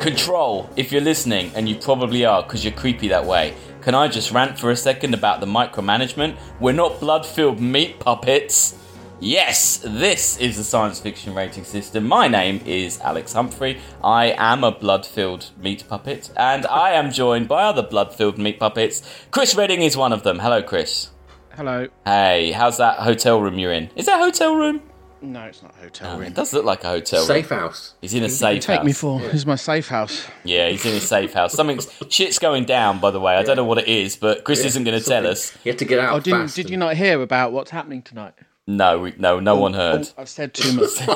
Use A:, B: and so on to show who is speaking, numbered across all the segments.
A: Control, if you're listening, and you probably are because you're creepy that way, can I just rant for a second about the micromanagement? We're not blood filled meat puppets. Yes, this is the science fiction rating system. My name is Alex Humphrey. I am a blood filled meat puppet, and I am joined by other blood filled meat puppets. Chris Redding is one of them. Hello, Chris.
B: Hello.
A: Hey, how's that hotel room you're in? Is that a hotel room?
B: No, it's not a hotel
A: It
B: room.
A: does look like a hotel room.
C: Safe house.
A: He's in a
B: You
A: safe
B: take
A: house.
B: me for this is my safe house.
A: Yeah, he's in a safe house. Something's shit's going down. By the way, I don't know what it is, but Chris isn't going to tell us.
C: You had to get out.
B: Oh, didn't
C: fast
B: did you
C: and-
B: not hear about what's happening tonight? Oh,
A: No, we, no, no one heard.
B: I've said too much.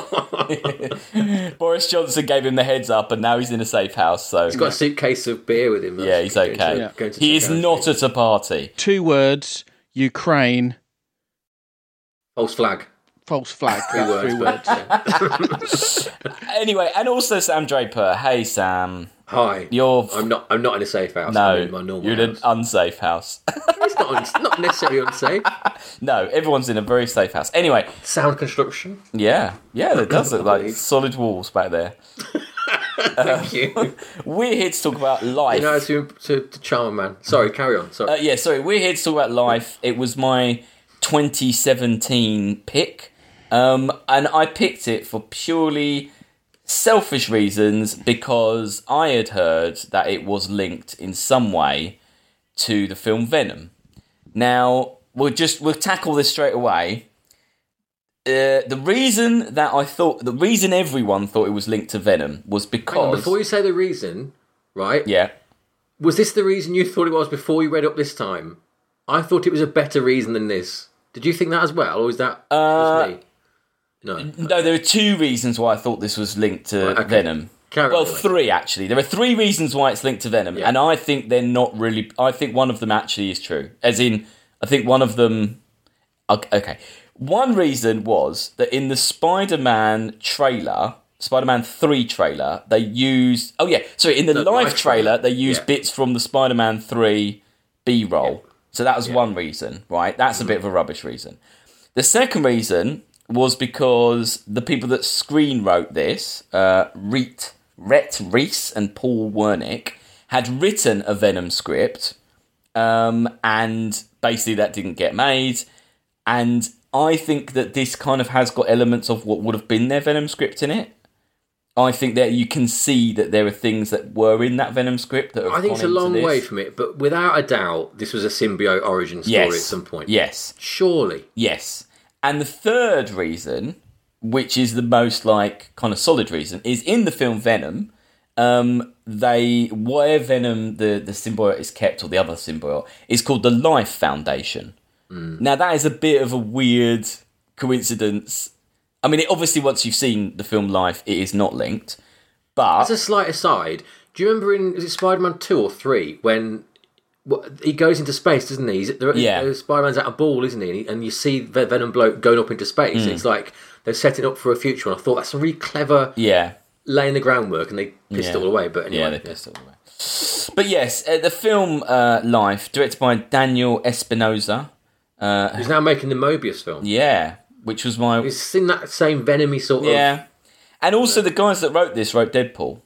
A: Boris Johnson gave him the heads up, and now he's in a safe house. So
C: He's got a suitcase of beer with him.
A: yeah, he's
C: Going to-
A: okay.
C: going to
A: He
C: check
A: is
C: out.
A: not at a party.
B: Two words: Ukraine.
C: false flag.
B: False flag.
C: Three
B: That's
C: words.
B: Three
C: but- uh,
B: words.
A: Anyway, and also Sam Draper. Hey, Sam,
C: Hi.
A: you're
C: I'm not. I'm not in a safe house. I'm
A: no,
C: in my normal.
A: you're in an
C: house.
A: unsafe house.
C: It's not, uns- not necessarily unsafe.
A: no, everyone's in a very safe house. Anyway,
C: Sound construction.
A: yeah, yeah, it does look like
C: Unbelievable.
A: solid walls back there.
C: Thank you.
A: We're here to talk about life.
C: you know, to, to, to charm man. Sorry, carry on. Sorry.
A: Uh, yeah, sorry, we're here to talk about life. It was my 2017 pick, um, and I picked it for purely selfish reasons because I had heard that it was linked in some way to the film Venom. Now we'll just we'll tackle this straight away. Uh, the reason that I thought the reason everyone thought it was linked to Venom was
C: Hang on,
A: because
C: before you say the reason, right?
A: yeah
C: Was this the reason you thought it was before you read up this time? I thought it was a better reason than this. Did you think that as well, or is that
A: Uh,
C: just me? No.
A: No, there are two reasons why I thought this was linked to
C: Right, okay.
A: Venom.
C: Carry on,
A: well,
C: Alex.
A: three actually. There are three reasons why it's linked to Venom, and I think they're not really. I think one of them actually is true. As in, I think one of them. ok- Okay, one reason was that in the Spider-Man trailer, Spider-Man Three trailer, they used. Oh yeah, sorry. In the live,
C: live
A: trailer,
C: trailer,
A: they used
C: yeah.
A: bits from the Spider-Man Three B-roll. So that was one reason, right? That's a bit of a rubbish reason. The second reason was because the people that screen wrote this, uh, Rhett, Rhett Reese and Paul Wernick, had written a Venom script, um, and basically that didn't get made. And I think that this kind of has got elements of what would have been their Venom script in it. I think that you can see that there are things that were in that Venom script that have
C: I think
A: gone
C: it's a
A: into
C: long
A: this.
C: way from it, but without a doubt, this was a symbiote origin story
A: yes.
C: at some point.
A: Yes.
C: Surely.
A: Yes. And the third reason, which is the most like kind of solid reason, is in the film Venom, um, they where Venom the, the symbiote is kept or the other symbiote is called the Life Foundation.
C: Mm.
A: Now that is a bit of a weird coincidence. I mean, it, obviously, once you've seen the film Life, it is not linked. But
C: As a slight aside, do you remember in is it Spider-Man two or three when wha- he goes into space, doesn't he? He's, there,
A: Yeah.
C: uh, Spider-Man's at a ball, isn't he? And, he- and you see Ve- Venom bloke going up into space.
A: Hmm.
C: and It's like they're setting up for a future, and I thought that's a really clever
A: yeah,
C: laying the groundwork, and they pissed
A: Yeah.
C: it all away. But anyway,
A: Yeah, they pissed it all away. But yes, uh, the film uh, Life, directed by Daniel Espinosa.
C: he's now making the Mobius film.
A: Yeah, which was my
C: It's in that same venomy sort of.
A: yeah. And also, the guys that wrote this wrote Deadpool,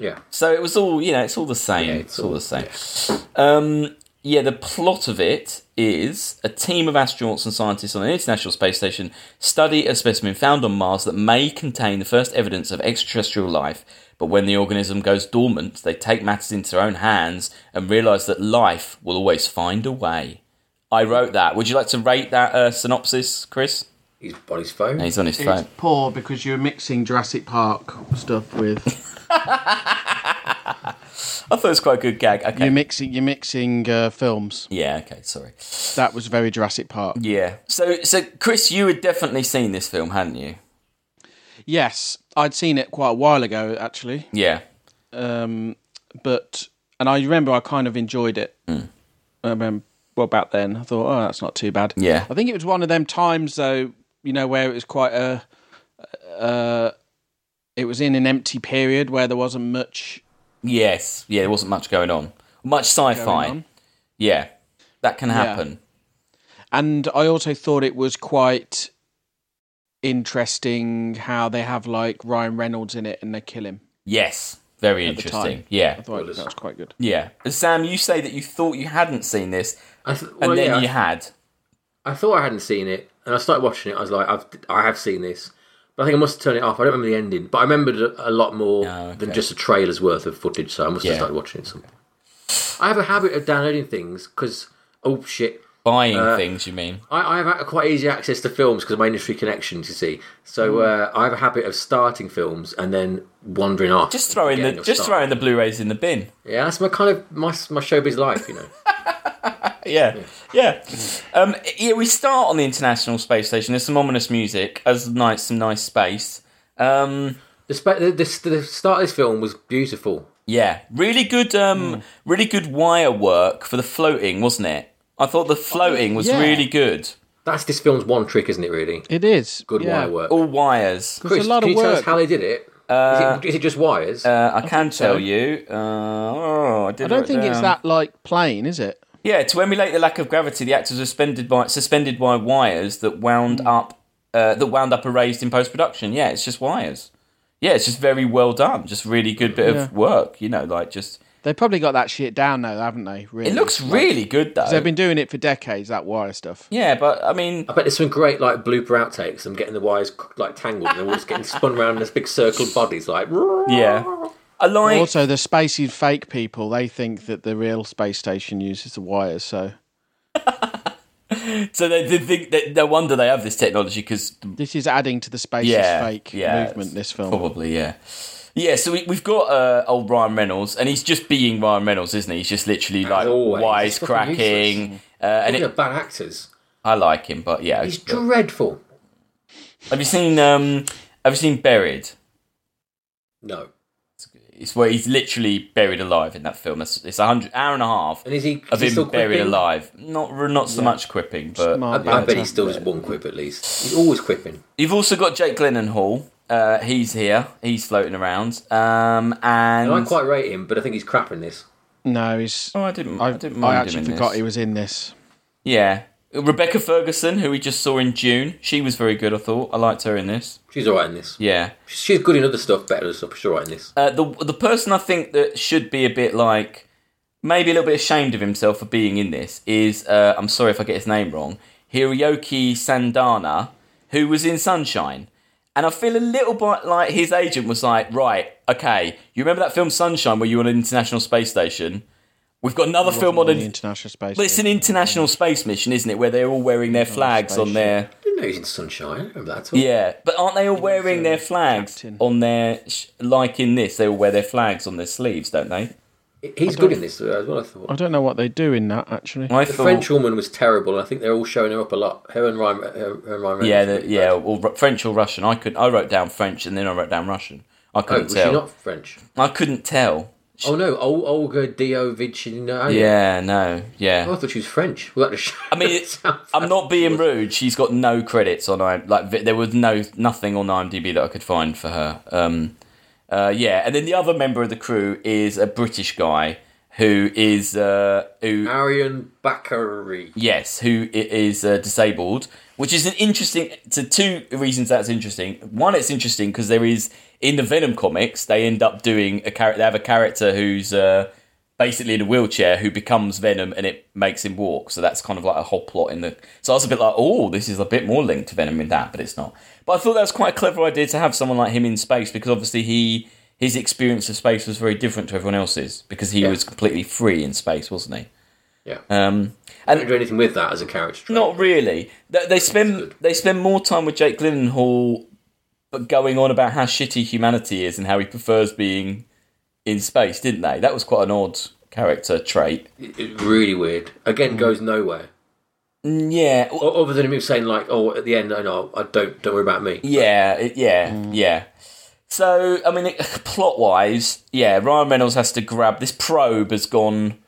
C: Yeah,
A: so it was all you know. It's all the same.
C: Yeah,
A: it's,
C: it's
A: all, the
C: all-
A: same. Um, yeah, the plot of it is a team of astronauts and scientists on an international space station study a specimen found on Mars that may contain the first evidence of extraterrestrial life. But when the organism goes dormant, they take matters into their own hands and realize that life will always find a way. I wrote that. Would you like to rate that uh, synopsis, Chris?
C: he's on his phone.
A: He's on his phone.
B: it's poor because you're mixing Jurassic Park stuff with
A: I thought it was quite a good gag. Okay.
B: you're mixing you're mixing uh, films.
A: Yeah, okay, sorry.
B: That was very Jurassic Park.
A: Yeah. So so Chris, you had definitely seen this film, hadn't you?
B: Yes, I'd seen it quite a while ago actually,
A: Yeah.
B: um, but and I remember I kind of enjoyed it.
C: Hmm.
B: I remember well about then. I thought, oh, that's not too bad.
A: Yeah.
B: I think it was one of them times though, you know, where it was quite a, uh, it was in an empty period where there wasn't much
A: Yes. Yeah, there wasn't much going on. Much sci-fi.
B: Going on.
A: Yeah. That can happen.
B: and I also thought it was quite interesting how they have like Ryan Reynolds in it and they kill him.
A: Yes. Very
B: the
A: interesting.
B: time.
A: Yeah.
B: I thought that was quite good.
A: Yeah. Sam, you say that you thought you hadn't seen this,
C: I th-
A: and
C: well,
A: then
C: yeah,
A: you
C: I,
A: had.
C: I thought I hadn't seen it, and I started watching it. I was like, I've, I have seen this, but I think I must have turned it off. I don't remember the ending, but I remembered a, a lot more than just a trailer's worth of footage, so I
A: Ah,
C: must
A: Yeah.
C: have started watching it. Something. I have a habit of downloading things because oh shit,
A: Buying
B: Uh,
A: things, you mean?
C: I, I have a- quite easy access to films because of my industry connections, you see.
A: Hmm.
C: So uh, I have a habit of starting films and then wandering off.
A: Just throwing the
C: Forgetting I've
A: just
C: started.
A: throwing the Blu-rays in the bin.
C: Yeah, that's my kind of my my showbiz life, you know.
A: Yeah, yeah. Um, yeah, we start on the International Space Station. There's some ominous music, as nice, some nice space. Um,
C: the, spe- the, the, the start of this film was beautiful.
A: yeah, really good.
B: Hmm.
A: Um, really good wire work for the floating, wasn't it? I thought the floating was
B: Oh, yeah.
A: really good.
C: That's this film's one trick, isn't it? Really
B: It is
C: good
B: yeah.
C: wire work.
A: All wires.
B: It's a lot
C: can
B: of
C: you tell us
B: work.
C: how they did it? Is it? Is it just wires?
A: Uh, I, can
B: so.
A: tell you. Uh, oh, I, did
B: I don't
A: write
B: think it's
A: down.
B: that like plain, is it?
A: Yeah, to emulate the lack of gravity, the actors were suspended by suspended by wires that wound
B: Hmm.
A: up uh, that wound up erased in post production. Yeah, it's just wires. Yeah, it's just very well done. Just really good bit
B: Yeah.
A: of work. You know, like just
B: They probably got that shit down now, haven't they? Really,
A: it looks really good though.
B: They've been doing it for decades. That wire stuff.
A: yeah, but I mean,
C: I bet there's some great like blooper outtakes. Them getting the wires like tangled and they're all just getting spun around in this big circled bodies. Like
A: yeah, I like.
B: Also, the spacey fake people, they think that the real space station uses the wires. So
A: so they, they think that no wonder they have this technology because
B: this is adding to the space
A: yeah,
B: is fake
A: yeah,
B: movement.
A: it's
B: This film.
A: probably yeah. Yeah, so we, we've got uh, old Ryan Reynolds, and he's just being Ryan Reynolds, isn't he? He's just literally like
C: always, he's fucking
A: wisecracking, uh, and
C: These
A: it,
C: are bad actors.
A: I like him, but yeah,
C: He's dreadful.
A: Have you seen um have you seen Buried?
C: No.
A: It's where he's literally buried alive in that film. It's, it's a hundred hour and a half
C: And is he,
A: of
C: is he still
A: him buried
C: quipping?
A: alive. Not not so much quipping, but
C: I,
B: Smart,
C: I
B: yeah.
C: bet he still has one quip at least. He's always quipping.
A: you've also got Jake Gyllenhaal. Uh, he's here. He's floating around. Um, and
C: And I quite rate him, but I think he's crap in this.
B: No, he's.
A: oh, I didn't. I,
B: I,
A: didn't
B: I
A: mind him
B: actually
A: in
B: forgot
A: this.
B: he was in this.
A: Yeah, Rebecca Ferguson, who we just saw in June. She was very good. I thought I liked her in this.
C: She's alright in this.
A: Yeah.
C: She's good in other stuff, better than stuff. but She's alright in this.
A: Uh, the the person I think that should be a bit like maybe a little bit ashamed of himself for being in this is uh, I'm sorry if I get his name wrong, Hiroyuki Sandana, who was in Sunshine. And I feel a little bit like his agent was like, right, okay, you remember that film Sunshine where you were on an international space station? We've got another film on
B: on the
A: an.
B: International Space.
A: But it's an
B: Station.
A: international space mission, isn't it? Where they're all wearing their flags on
B: spaceship.
A: their.
C: I didn't know he's in Sunshine. I don't remember that at all.
A: Yeah, but aren't they all wearing their flags
B: captain.
A: on their. sh- Like in this, they all wear their flags on their sleeves, don't they?
C: He's good in this as well, I thought.
B: I don't know what they do in that actually.
A: I
C: The
A: thought,
C: French woman was terrible, and I think they're all showing her up a lot. Her and Ryan, her, her and Ryan
A: yeah,
C: Reynolds. Oh,
A: the, yeah, or Ru- French or Russian. I could. I wrote down French and then I wrote down Russian. I
C: Oh,
A: couldn't
C: was
A: tell.
C: she not French?
A: I couldn't tell.
C: Oh no, Ol- Olga Diovichina.
A: Yeah, no, yeah.
C: Oh, I thought she was French. Well, that just
A: I mean, it- I'm not being rude. She's got no credits on I like. vi- There was no nothing on IMDb that I could find for her. Um, uh, yeah, and then the other member of the crew is a British guy who is uh, who
C: Arian Bakary.
A: Yes, who i- is uh, disabled, which is an interesting. To two reasons that's interesting. One, it's interesting because there is in the Venom comics they end up doing a character. They have a character who's uh, basically in a wheelchair who becomes Venom, and it makes him walk. So that's kind of like a whole plot in the. So I was a bit like, oh, this is a bit more linked to Venom in that, but it's not. But I thought that was quite a clever idea to have someone like him in space because obviously he his experience of space was very different to everyone else's because he was completely free in space, wasn't he?
C: Yeah,
A: Um,
C: I don't do anything with that as a character. trait.
A: not really. They, they spend
C: good.
A: they spend more time with Jake Gyllenhaal, but going on about how shitty humanity is and how he prefers being in space, didn't they? That was quite an odd character trait.
C: It- it's really weird. Again, goes nowhere.
A: Mm, Yeah, w-
C: O- Other than him saying like, "Oh, at the end, no, no, I don't. Don't worry about me."
A: yeah, it- yeah, yeah. So I mean, it, plot wise, yeah, Ryan Reynolds has to grab this probe has gone.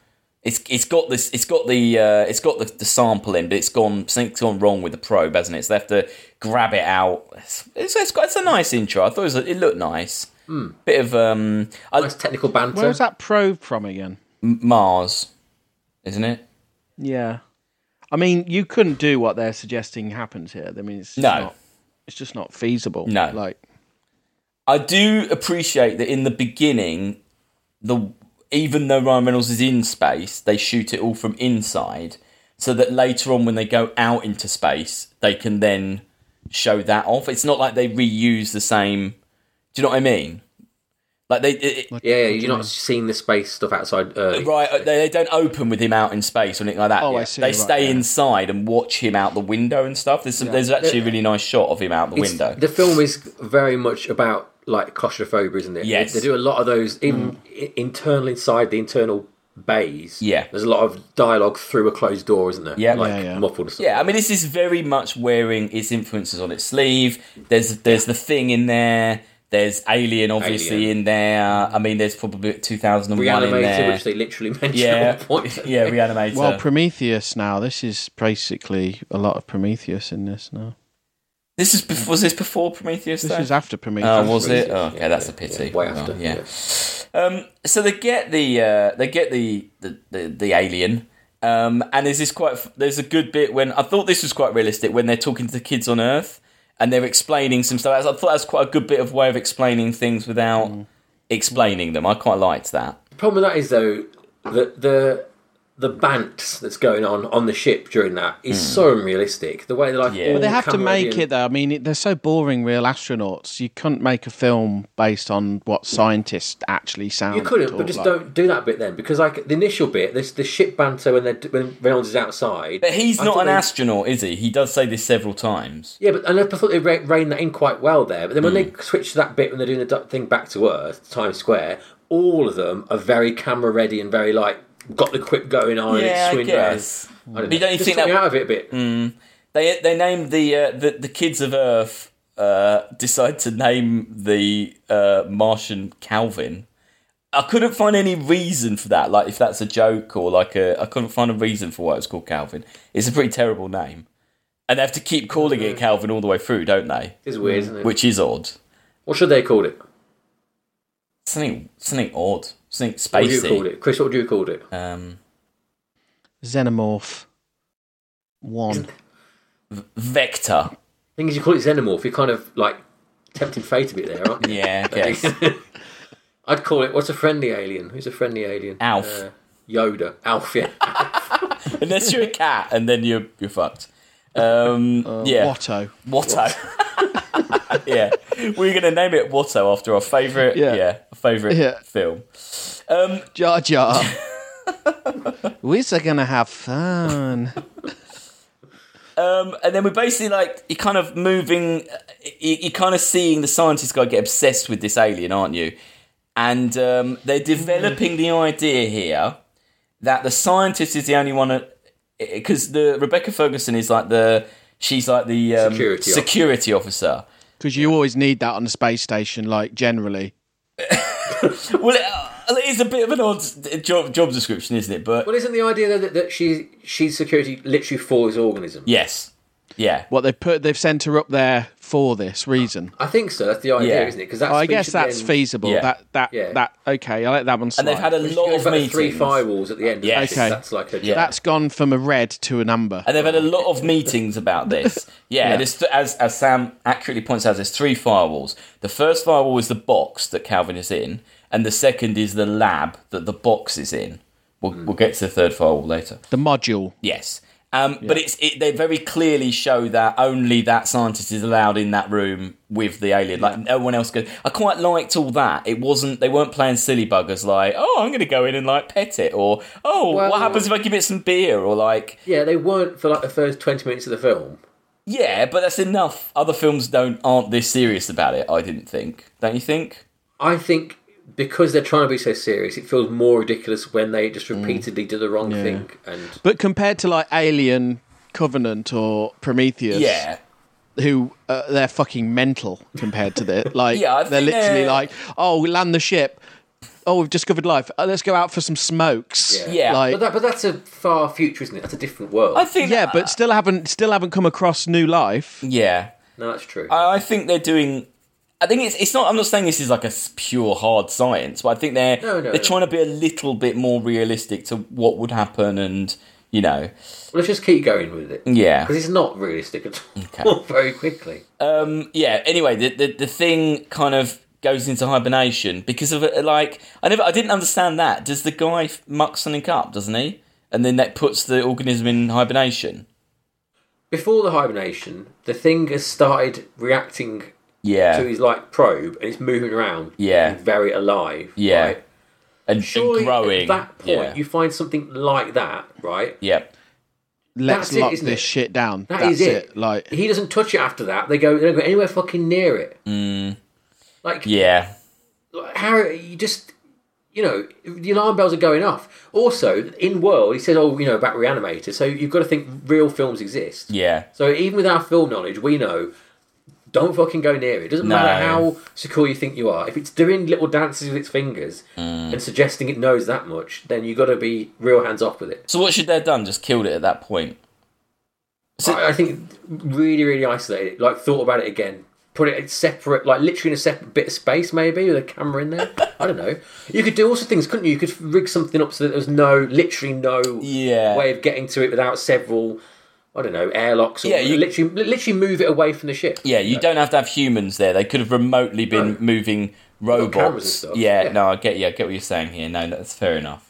A: It's, it's got this it's got the uh, it's got the, the sample in, but it's gone something's gone wrong with the probe, hasn't it? So they have to grab it out. It's, it's, it's, got, it's a nice intro. I thought it, was, it looked nice. Bit of um, I-
C: Nice technical banter.
B: Where's that probe from again?
A: Mars, isn't it?
B: Yeah. I mean, you couldn't do what they're suggesting happens here. I mean, it's just
A: No.
B: not, it's just not feasible.
A: No.
B: like
A: I do appreciate that in the beginning the even though Ryan Reynolds is in space, they shoot it all from inside, so that later on when they go out into space, they can then show that off. It's not like they reuse the same. Do you know what I mean? Like they, it,
C: Yeah, yeah, you're
A: Mm-hmm.
C: not seeing the space stuff outside uh, early.
A: right? They, they don't open with him out in space or anything like that.
B: Oh, I
A: yet.
B: see,
A: They
B: right,
A: stay
B: yeah.
A: inside and watch him out the window and stuff. There's some, there's actually a really nice shot of him out the
C: It's-
A: window.
C: The film is very much about like claustrophobia, isn't it? They-
A: Yes. Mm.
C: they, do a lot of those even i internal inside the internal bays.
A: Yeah.
C: there's a lot of dialogue through a closed door, isn't there?
A: Yeah.
C: like
B: Yeah, yeah.
C: muffled and stuff.
A: Yeah, I mean, this is very much wearing its influences on its sleeve. There's there's the thing in there. There's Alien, obviously,
C: Alien.
A: in there. I mean, there's probably 2001 in
C: Reanimator,
A: there.
C: which they literally mentioned
A: yeah,
C: at one point.
A: yeah, Reanimator.
B: Well, Prometheus now. This is basically a lot of Prometheus in this now.
A: this is before, was this before Prometheus?
B: This
A: though?
B: is after Prometheus.
A: Oh, was it?
C: Prometheus,
A: Oh, okay, that's a pity.
C: way
A: Well,
C: after.
A: yeah. Um, so they get the uh, they get the the, the, the alien, um, and there's this quite there's a good bit when I thought this was quite realistic when they're talking to the kids on Earth and they're explaining some stuff. I thought that's quite a good bit of way of explaining things without
C: Mm.
A: explaining them. I quite liked that.
C: The problem with that is though that the the bant that's going on on the ship during that is so unrealistic. The way they're like,
A: Mm. Yeah. But
C: all
B: They have to
C: camera
B: make
C: in-
B: it though. I mean, it, they're so boring, real astronauts. You couldn't make a film based on what scientists actually sound.
C: You couldn't,
B: or
C: but just
B: like-
C: don't do that bit then, because like the initial bit, this the ship banter when they when Reynolds is outside.
A: But he's
C: I
A: not
C: thought
A: an
C: they-
A: astronaut, is he? He does say this several times.
C: Yeah, but and I thought they re- reined that in quite well there. But then when
A: Hmm.
C: they switch to that bit when they're doing the duck thing back to Earth, Times Square, all of them are very camera ready and very like got the quip going on. and
A: Yeah,
C: it's
A: I
C: swinging
A: guess.
C: Around. I don't
A: But
C: know.
A: don't you
C: Just
A: think
C: took
A: that- Hmm.
C: me out of it a bit?
A: They they named the uh, the the kids of Earth uh, decide to name the uh, Martian Calvin. I couldn't find any reason for that. Like if that's a joke or like a I couldn't find a reason for why it was called Calvin. It's a pretty terrible name, and they have to keep calling it Calvin all the way through, don't they?
C: It's weird, isn't it?
A: Which is odd.
C: what should they have called it?
A: Something something odd. Something
C: What would you have called
A: spacey.
C: it, Chris? What would you have called it?
A: Um,
B: Xenomorph. One.
A: vector.
C: Thing is, you call it xenomorph. You're kind of like tempting fate a bit there, aren't you?
A: Yeah, I guess.
C: I'd call it. What's a friendly alien? Who's a friendly alien?
A: Alf.
C: Uh, Yoda. Alf. Yeah.
A: Unless you're a cat, and then you're you're fucked. Um,
C: Oh,
A: yeah.
B: Watto.
A: Watto. yeah, we are going to name it Watto after our favourite, yeah,
B: Yeah.
A: favourite
B: Yeah.
A: film.
B: Jar Jar. We're going to have fun.
A: Um, and then we're basically like you're kind of moving, you- you're kind of seeing the scientist guy get obsessed with this alien, aren't you? And um, they're developing the idea here that the scientist is the only one because the Rebecca Ferguson is like the she's like the um,
C: Security officer.
A: security officer.
B: Because you always need that on the space station, like generally.
A: Well, it, it is a bit of an odd job, job description, isn't it? But
C: Well, isn't the idea though that, that she she's security literally for his organism?
A: yes, yeah.
B: What they put, they've sent her up there for this reason.
C: I think so. That's the idea,
A: Yeah.
C: isn't it? Because that's
B: Oh, I guess that's
C: feasible.
B: feasible.
A: Yeah.
B: That that
C: Yeah.
B: that okay. I let that one slide.
A: And they've had a lot
C: She
A: of
C: goes back to
A: meetings.
C: three firewalls at the end.
A: Yes.
B: Okay.
C: that's like a
A: Yeah.
B: That's gone from a red to an amber.
A: and they've had a lot of meetings about this. Yeah, and it's th- as as Sam accurately points out, there's three firewalls. The first firewall is the box that Calvin is in, and the second is the lab that the box is in. We'll, we'll get to the third firewall later.
B: The module.
A: Yes. Um, But it's it, they very clearly show that only that scientist is allowed in that room with the alien. Like no one else goes. I quite liked all that. It wasn't they weren't playing silly buggers like oh I'm going to go in and like pet it or oh what
C: Well-
A: happens if I give it some beer or like
C: yeah. They weren't for like the first twenty minutes of the film.
A: yeah but that's enough. Other films don't aren't this serious about it. I didn't think. Don't you think?
C: I think because they're trying to be so serious, it feels more ridiculous when they just
A: Mm.
C: repeatedly do the wrong thing. And
B: But compared to like Alien, Covenant, or Prometheus,
A: Yeah.
B: who uh, they're fucking mental compared to this. Like
A: Yeah, I
B: they're
A: think
B: literally
A: they're-
B: like, oh, we land the ship. Oh, we've discovered life. Oh, let's go out for some smokes.
C: Yeah.
A: Yeah.
B: like,
C: but that, but that's a far future, isn't it? That's a different world.
A: I think uh,
B: yeah, but still haven't still haven't come across new life.
A: yeah.
C: no, that's true.
A: I I think they're doing. I think it's it's not. I'm not saying this is like a s- pure hard science, but I think they're
C: No, no,
A: they're
C: no.
A: trying to be a little bit more realistic to what would happen, and you know,
C: Well, let's just keep going with it.
A: yeah,
C: Because it's not realistic at all. Very quickly.
A: um, yeah. Anyway, the, the the thing kind of goes into hibernation because of it. Like I never, I didn't understand that. Does the guy f- muck something up? Doesn't he? And then that puts the organism in hibernation.
C: Before the hibernation, the thing has started reacting
A: Yeah,
C: to his like probe, and it's moving around.
A: Yeah.
C: and very alive.
A: Yeah.
C: right?
A: and, and
C: Surely
A: growing.
C: at that point,
A: yeah.
C: you find something like that, right?
A: yeah.
B: Let's
C: That's it,
B: lock
C: isn't
B: this
C: it?
B: shit down.
C: That's
B: That's it. Like
C: he doesn't touch it after that. They go, they don't go anywhere fucking near it.
A: Mm.
C: Like
A: Yeah.
C: Harry, you just, you know, the alarm bells are going off. Also, in world, he said, oh, you know, about reanimator. So you've got to think real films exist.
A: Yeah.
C: So even with our film knowledge, we know don't fucking go near it. Doesn't
A: No.
C: matter how secure you think you are. If it's doing little dances with its fingers
A: Mm.
C: and suggesting it knows that much, then you got to be real hands off with it.
A: So what should they have done? Just killed it at that point. So-
C: I, I think really, really isolate it. Like thought about it again. Put it in separate, like literally in a separate bit of space, maybe with a camera in there. I don't know. You could do also things, couldn't you? You could rig something up so that there's no, literally no
A: Yeah.
C: way of getting to it without several, I don't know, airlocks. Or
A: Yeah, you-
C: literally, literally move it away from the ship.
A: Yeah, you don't have to have humans there. They could have remotely been
C: No.
A: moving
C: cameras and
A: robots.
C: stuff.
A: Yeah,
C: Yeah.
A: no, I get you. I get what you're saying here. No, that's fair enough.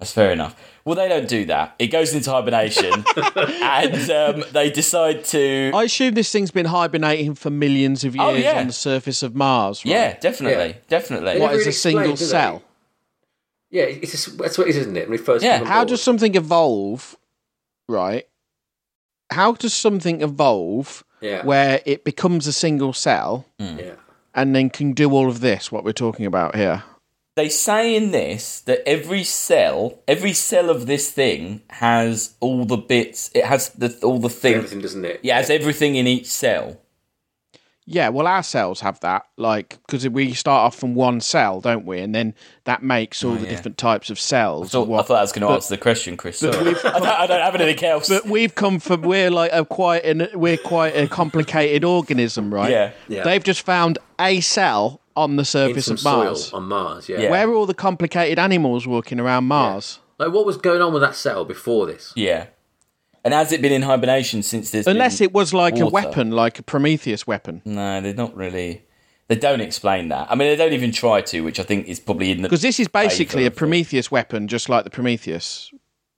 A: That's fair enough. Well, they don't do that. It goes into hibernation, and um, they decide to.
B: I assume this thing's been hibernating for millions of years
A: Oh, yeah.
B: on the surface of Mars. Right?
A: yeah, definitely,
C: Yeah.
A: definitely.
B: What
C: Never
B: is
C: really
B: a single
C: explained, do they?
B: cell?
C: Yeah, it's just, that's what it is, isn't it? When we first
A: Yeah,
C: came on
B: How
C: board.
B: does something evolve? Right. How does something evolve
C: yeah,
B: where Hmm. it becomes a single cell
C: yeah.
B: and then can do all of this? What we're talking about here.
A: They say in this that every cell, every cell of this thing has all the bits. It has the, all the things.
C: everything, doesn't it?
A: Yeah, it has everything in each cell.
B: Yeah, well, our cells have that, like, because we start off from one cell, don't we? And then that makes all the different types of cells.
A: Oh, So
B: and
A: I
B: what-
A: thought I was going to answer the question, Chris. Sorry. I, don't, I don't have anything else.
B: but we've come from we're like a quite an, we're quite a complicated organism, right?
A: Yeah.
C: Yeah.
B: They've just found a cell on the
C: in
B: surface
C: some
B: of Mars.
C: soil on Mars. Yeah.
A: Yeah.
B: Where are all the complicated animals walking around Mars?
C: Like, what was going on with that cell before this?
A: Yeah. And has it been in hibernation since this?
B: Unless it was like a
A: water. Mm.
B: weapon, like a Prometheus weapon,
A: No, they're not really. They don't explain that. I mean, they don't even try to, which I think is probably in the.
B: because this is basically a
A: Favour.
B: Prometheus weapon, just like the Prometheus,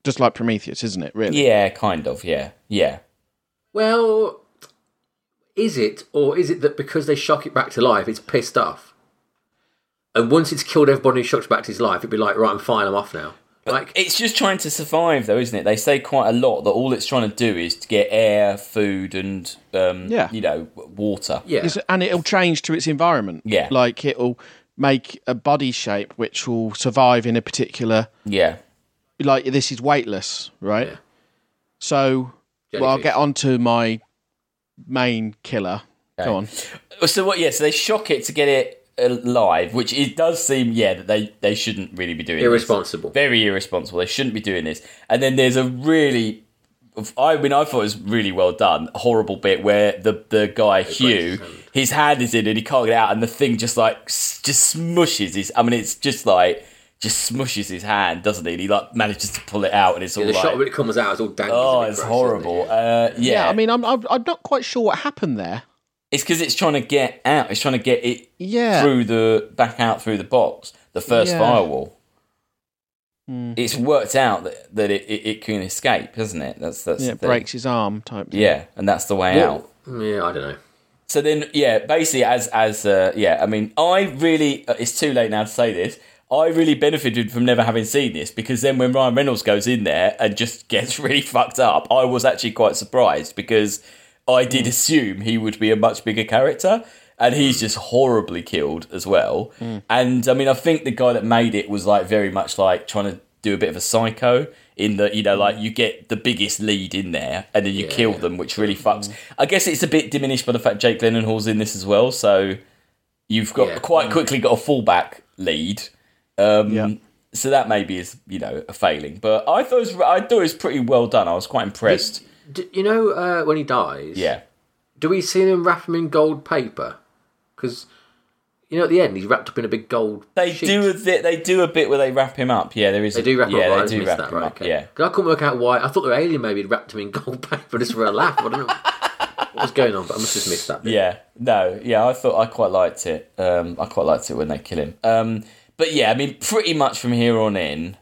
B: just like Prometheus, isn't it? Really?
A: Yeah, kind of. Yeah. Yeah.
C: Well, is it, or is it that because they shock it back to life, it's pissed off? And once it's killed everybody who shocked back to his life, it'd be like, right, I'm fine, I'm off now. Like,
A: It's just trying to survive, though, isn't it? They say quite a lot that all it's trying to do is to get air, food, and, um,
B: Yeah.
A: you know, w- water.
C: yeah,
B: It's- and it'll change to its environment.
A: Yeah.
B: like it'll make a body shape which will survive in a particular.
A: Yeah.
B: Like this is weightless, right?
C: Yeah.
B: So, well, I'll
C: Jellyfish.
B: get on to my main killer. Go on.
A: So, what, yeah, so they shock it to get it alive, which it does seem, yeah, that they, they shouldn't really be doing this.
C: irresponsible.
A: very irresponsible. They shouldn't be doing this. And then there's a really, I mean, I thought it was really well done. Horrible bit where the the guy Hugh,
C: his hand.
A: his hand is in and he can't get it out, and the thing just like s- just smushes his. I mean, it's just like just smushes his hand, doesn't it? And he like manages to pull it out, and it's all
C: The shot when
A: like,
C: it comes out is all dangled.
A: oh, it's horrible. Uh, yeah,
B: Yeah, I mean, I'm, I'm I'm not quite sure what happened there.
A: it's because it's trying to get out. It's trying to get it
B: Yeah,
A: through the back out through the box, the first
B: Yeah. Hmm.
A: firewall. It's worked out that, that it, it, it can escape, hasn't it? That's that's
B: yeah,
A: the
B: it
A: thing.
B: breaks his arm type. Thing.
A: Yeah, and that's the way out.
C: Yeah, I don't know.
A: So then, yeah, basically, as as uh, yeah, I mean, I really uh, it's too late now to say this. I really benefited from never having seen this because then when Ryan Reynolds goes in there and just gets really fucked up, I was actually quite surprised because I did assume he would be a much bigger character. And he's just horribly killed as well. And I mean, I think the guy that made it was like very much like trying to do a bit of a psycho in that, you know, like you get the biggest lead in there and then you kill them, which really
C: Mm.
A: fucks. I guess it's a bit diminished by the fact Jake Gyllenhaal's in this as well. So you've got
C: Yeah. Mm.
A: quite quickly got a fallback lead. Um,
B: Yeah.
A: So that maybe is, you know, a failing. But I thought it was, I thought it was pretty well done. I was quite impressed.
C: Do, you know uh, when he dies?
A: Yeah.
C: Do we see them wrap him in gold paper? Because you know, at the end, he's wrapped up in a big gold.
A: They
C: sheet.
A: do a bit, they do a bit where they wrap him up. Yeah, there is.
C: They do wrap
A: yeah,
C: him up.
A: they
C: right? I
A: do
C: missed
A: wrap
C: that,
A: him
C: right,
A: up.
C: okay.
A: Yeah.
C: 'Cause I couldn't work out why. I thought the alien maybe had wrapped him in gold paper just for a laugh. I don't know. what's going on, but I must have missed that. Bit.
A: Yeah, no, yeah, I thought I quite liked it. Um, I quite liked it when they kill him. Um, but yeah, I mean, pretty much from here on in,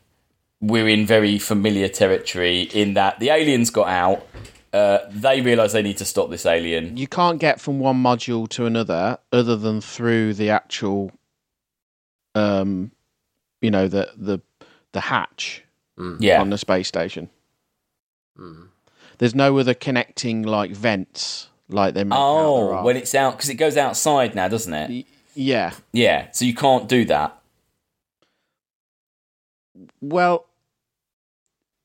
A: we're in very familiar territory in that the aliens got out. Uh, they realise they need to stop this alien.
B: You can't get from one module to another other than through the actual, um, you know, the the the hatch
A: Yeah,
B: on the space station.
C: Hmm.
B: There's no other connecting like vents like they make out there
A: Oh,
B: are.
A: when it's out because it goes outside now, doesn't it?
B: yeah.
A: Yeah, so you can't do that.
B: Well,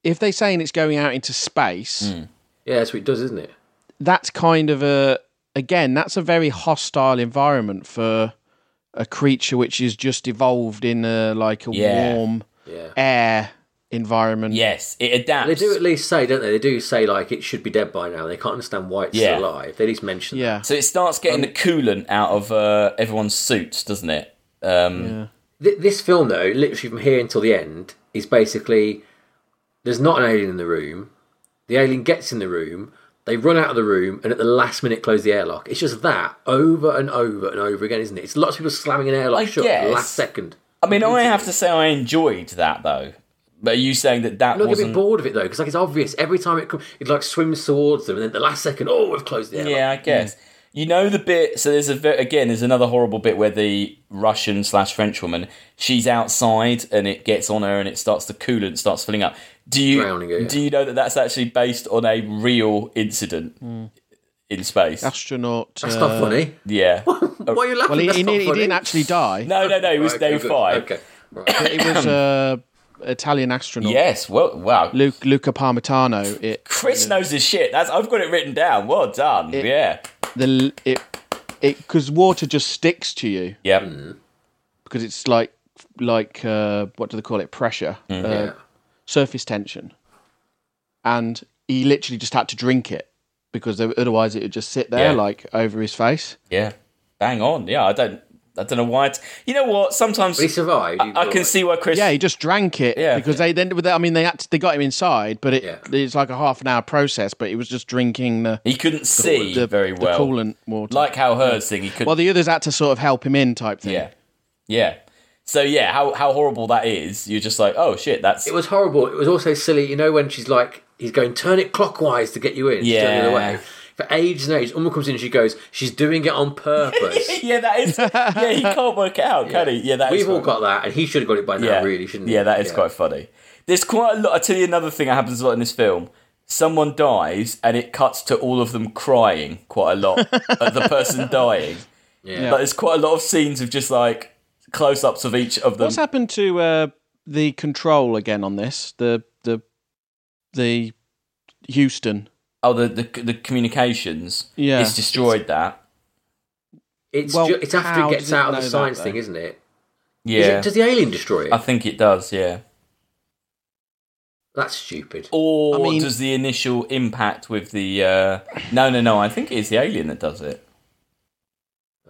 B: if they're saying it's going out into space,
C: Hmm. Yeah, that's what it does, isn't it?
B: that's kind of a again that's a very hostile environment for a creature which is just evolved in a like a
A: Yeah.
B: warm
C: Yeah.
B: air environment
A: Yes, it adapts.
C: They do at least say, don't they? They do say like it should be dead by now. They can't understand why it's
A: Yeah.
C: still alive. They at least mention.
B: yeah
A: So it starts getting the coolant out of uh, everyone's suits, doesn't it? Um,
C: that. Th- this film though, literally from here until the end, is basically there's not an alien in the room. The alien gets in the room. They run out of the room and at the last minute close the airlock. It's just that over and over and over again, isn't it? It's lots of people slamming an airlock
A: I
C: shut at the
A: guess.
C: last second.
A: I mean, I have to say I enjoyed that though. But are you saying that that
C: I'm not a bit
A: wasn't?
C: bored of it though, because like it's obvious every time it comes, it like swims towards them, and then at the last second, oh, we've closed the airlock.
A: Yeah, I guess. You know the bit. So there's a ve- again. There's another horrible bit where the Russian slash French woman she's outside and it gets on her and it starts the coolant starts filling up. Do you
C: Drowning her, yeah.
A: do you know that that's actually based on a real incident in space?
B: astronaut
C: That's
B: uh,
C: not funny.
A: yeah.
C: Why are you laughing?
B: well he,
C: That's
B: he,
C: not
B: nearly- he
C: funny.
B: didn't actually die
A: No, no, no. It was
C: Okay,
A: day
C: good.
A: five.
C: Okay. Right.
B: it was a italian astronaut
A: Yes. Well, wow.
B: Luke, luca parmitano it
A: Chris knows his shit. That's I've got it written down. Well done. yeah.
B: the it it because water just sticks to you
A: Yeah.
C: Hmm.
B: because it's like like uh, what do they call it pressure
A: Mm-hmm.
B: uh,
C: Yeah.
B: surface tension and he literally just had to drink it because there- otherwise it would just sit there
A: Yeah.
B: like over his face
A: Yeah. Bang on. Yeah. I don't. I don't know why. It's, you know what? Sometimes
C: He survived.
A: I, I can see why Chris.
B: yeah he just drank it
A: Yeah.
B: because they then i mean they had to, they got him inside but it
C: Yeah.
B: it's like a half an hour process but he was just drinking the,
A: He couldn't see
B: the
A: very
B: the
A: well.
B: coolant water
A: Like how hers thing, he could.
B: well
A: not
B: the others had to sort of help him in type thing
A: yeah. Yeah. So yeah, how how horrible that is. You're just like, oh shit, that's
C: It was horrible. It was also silly. You know when she's like, he's going turn it clockwise to get you in. She's turning the other
A: Yeah.
C: way. For ages and ages, Uma comes in and she goes, she's doing it on purpose.
A: yeah, that is. Yeah, he can't work it out, can he? Yeah, that is
C: We've all
A: horrible.
C: got that, and he should have got it by now.
A: yeah.
C: Really, shouldn't he?
A: Yeah, that is quite funny. There's quite a lot. I tell you another thing that happens a lot in this film. Someone dies and it cuts to all of them crying quite a lot at the person dying.
C: Yeah.
A: Like, there's quite a lot of scenes of just like close ups of each of them.
B: What's happened to uh, the control again on this? The the the Houston.
A: Oh, the, the the communications.
B: Yeah.
A: it's destroyed that.
C: It's
B: Well,
C: ju- it's after
B: how
C: it gets
B: does it
C: out of
B: know
C: the
B: that,
C: science
B: though?
C: thing, isn't it? Is
A: Yeah,
C: it? Does the alien destroy it?
A: I think it does. Yeah.
C: That's stupid.
A: Or
B: I mean-
A: does the initial impact with the? Uh... No, no, no. I think it is the alien that does it.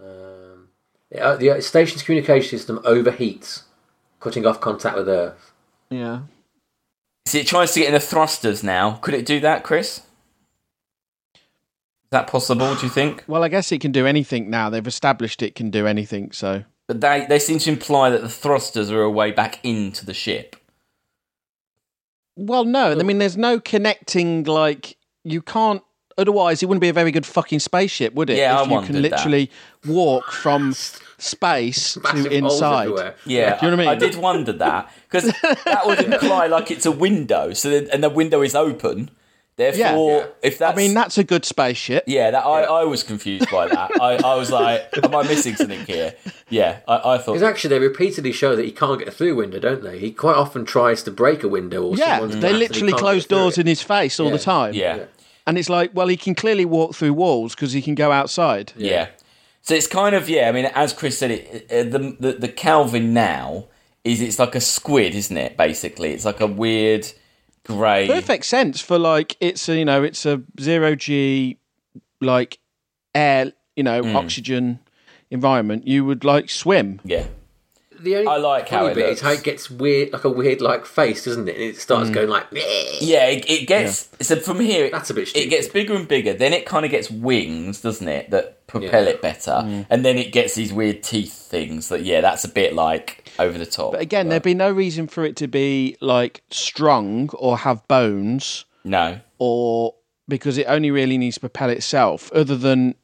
C: Um, yeah, the station's communication system overheats, cutting off contact with Earth.
B: Yeah.
A: See, it tries to get in the thrusters now. Could it do that, Chris? Is that possible? Do you think?
B: Well, I guess it can do anything now. They've established it can do anything. So
A: But they they seem to imply that the thrusters are a way back into the ship.
B: well, no. I mean, there's no connecting. Like you can't. Otherwise, it wouldn't be a very good fucking spaceship, would it?
A: Yeah,
B: if
A: I
B: you
A: wondered
B: can
A: that.
B: literally walk from space to
C: Massive holes
B: inside.
C: everywhere.
A: Yeah,
B: Do you know what I mean?
A: did wonder that because that would imply like it's a window. So then, and the window is open. Therefore,
B: Yeah.
A: if that's
B: I mean, that's a good spaceship.
A: yeah, that I, I was confused by that. I, I was like, am I missing something here? Yeah, I, I thought.
C: Because actually, they repeatedly show that he can't get through a window, don't they? He quite often tries to break a window or
B: Yeah,
C: someone's
B: they
C: glass and he
B: literally
C: can't
B: close
C: get through
B: doors
C: it.
B: in his face all the
C: Yeah.
B: time.
A: yeah, yeah,
C: Yeah.
B: And it's like, well, he can clearly walk through walls because he can go outside.
A: So it's kind of yeah. I mean, as Chris said, it uh, the, the the Calvin now is it's like a squid, isn't it? Basically, it's like a weird grey.
B: Perfect sense for like it's a, you know it's a zero g like
A: Hmm.
B: air you know oxygen environment. You would like swim.
A: Yeah.
C: the only
A: I like how
C: funny
A: it
C: bit
A: looks.
C: is how it gets weird, like a weird like face, doesn't it? And it starts
B: Mm.
C: going like, "Bleh."
A: Yeah, it, it gets so from here.
C: That's a bit
A: It
C: stupid.
A: gets bigger and bigger. Then it kind of gets wings, doesn't it? That propel
C: Yeah. Mm.
A: it better, and then it gets these weird teeth things. That yeah, that's a bit like over the top.
B: But again, there'd be no reason for it to be like strong or have bones
A: no,
B: or because it only really needs to propel itself, other than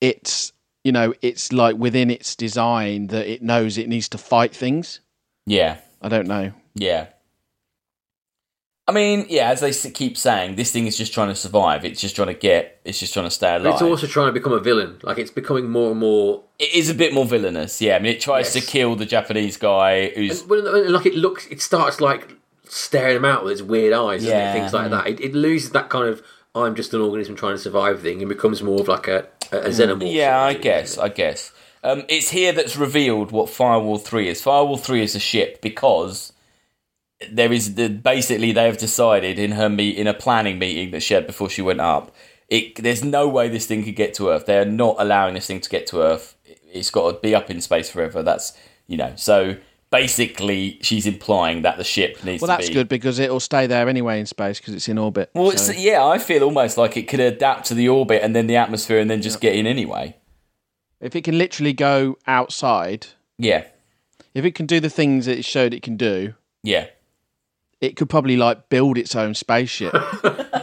B: it's you know it's like within its design that it knows it needs to fight things.
A: yeah,
B: I don't know.
A: yeah. I mean, yeah. As they s- keep saying, this thing is just trying to survive. It's just trying to get. It's just trying to stay alive.
C: It's also trying to become a villain. Like it's becoming more and more.
A: it is a bit more villainous. Yeah, I mean, it tries
C: Yes.
A: to kill the Japanese guy who's
C: Well, no, like it looks, it starts like staring him out with its weird eyes
A: Yeah.
C: and things
B: Mm.
C: like that. It, it loses that kind of "I'm just an organism trying to survive" thing and becomes more of like a a, a xenomorph.
A: Mm. Yeah,
C: sort
A: I
C: of thing.
A: guess. I guess. Um, it's here that's revealed what Firewall Three is. Firewall Three is a ship because there is the, basically they have decided in her meet in a planning meeting that she had before she went up. It there's no way this thing could get to Earth. They're not allowing this thing to get to Earth. It's got to be up in space forever. That's you know. So basically, she's implying that the ship needs.
B: Well,
A: to
B: that's
A: be,
B: good because it'll stay there anyway in space because it's in orbit.
A: Well, it's, yeah, I feel almost like it could adapt to the orbit and then the atmosphere and then just get in anyway.
B: If it can literally go outside,
A: Yeah,
B: if it can do the things that it showed it can do,
A: yeah.
B: it could probably like build its own spaceship.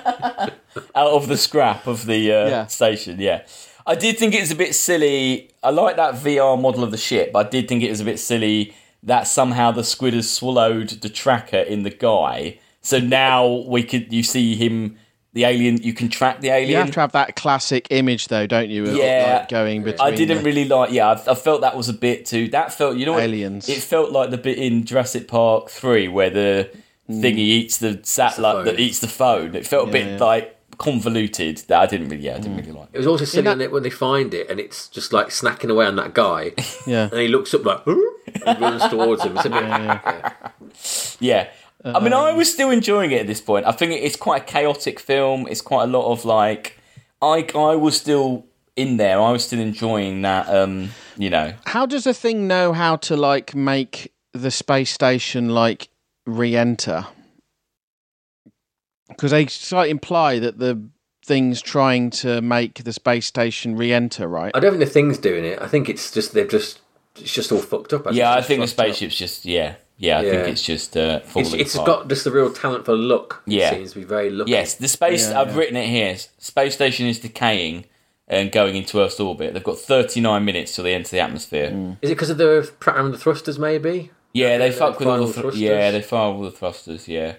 A: out of the scrap of the uh,
B: Yeah.
A: station. Yeah, I did think it was a bit silly. I like that VR model of the ship, but I did think it was a bit silly that somehow the squid has swallowed the tracker in the guy. So now we could you see him, the alien. You can track the
B: you
A: alien.
B: have to have that classic image though, don't you? of,
A: Yeah.
B: like, going between.
A: I didn't
B: the-
A: really like. Yeah, I, I felt that was a bit too. That felt you know what?
B: Aliens.
A: It felt like the bit in Jurassic Park three where the thingy eats the satellite
C: phone.
A: that eats the phone. It felt a bit
B: Hmm. yeah. Hmm.
A: like convoluted. That I didn't really. Yeah, I didn't really like.
C: It was also silly when they- when they find it and it's just like snacking away on that guy,
B: Yeah.
C: and he looks up like "Huh?" and runs towards him. It's a bit, yeah.
A: Yeah. I mean,
C: Um,
A: I was still enjoying it at this point. I think it's quite a chaotic film. It's quite a lot of like, I I was still in there. I was still enjoying that. Um, you know,
B: How does a thing know how to like make the space station like re-enter? Because they sort of imply that the thing's trying to make the space station re-enter, right?
C: I don't think the thing's doing it. I think it's just they've just it's just all fucked up.
A: yeah. I
C: It's
A: think the
C: just fucked up.
A: spaceship's just yeah, yeah. I think
C: Yeah.
A: it's just uh, falling
C: It's, it's
A: apart.
C: got just the real talent for luck. It
A: Yeah.
C: seems to be very lucky.
A: yes, the space.
B: Yeah,
A: I've
B: yeah.
A: written it here. S- Space station is decaying and going into Earth's orbit. They've got thirty nine minutes till they enter the atmosphere.
C: Is it because of the Pratt and the thrusters? Maybe
A: Yeah, they
C: Mm. they
A: fuck with all
C: fire
A: the
C: all
A: thr-
C: the
A: yeah.
C: thrusters?
A: They fire all the thrusters. Yeah.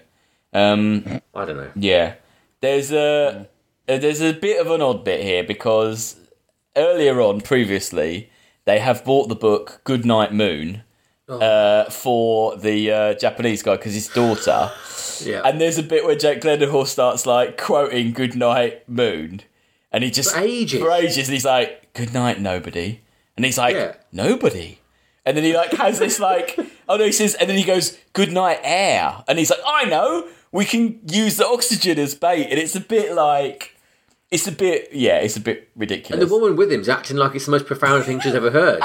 A: Um.
C: I don't know.
A: Yeah, there's a uh, there's a bit of an odd bit here because earlier on, previously, they have bought the book Goodnight Moon uh, for the uh, Japanese guy because his daughter,
C: Yeah,
A: and there's a bit where Jack Glendenhall starts like quoting Goodnight Moon, and he just
C: For ages.
A: for ages, and he's like Goodnight Nobody, and he's like
C: Yeah.
A: Nobody. And then he like has this like oh no he says and then he goes good night air and he's like I know we can use the oxygen as bait and it's a bit like it's a bit yeah it's a bit
C: and the
A: ridiculous
C: woman with him's acting like it's the most profound thing she's ever heard.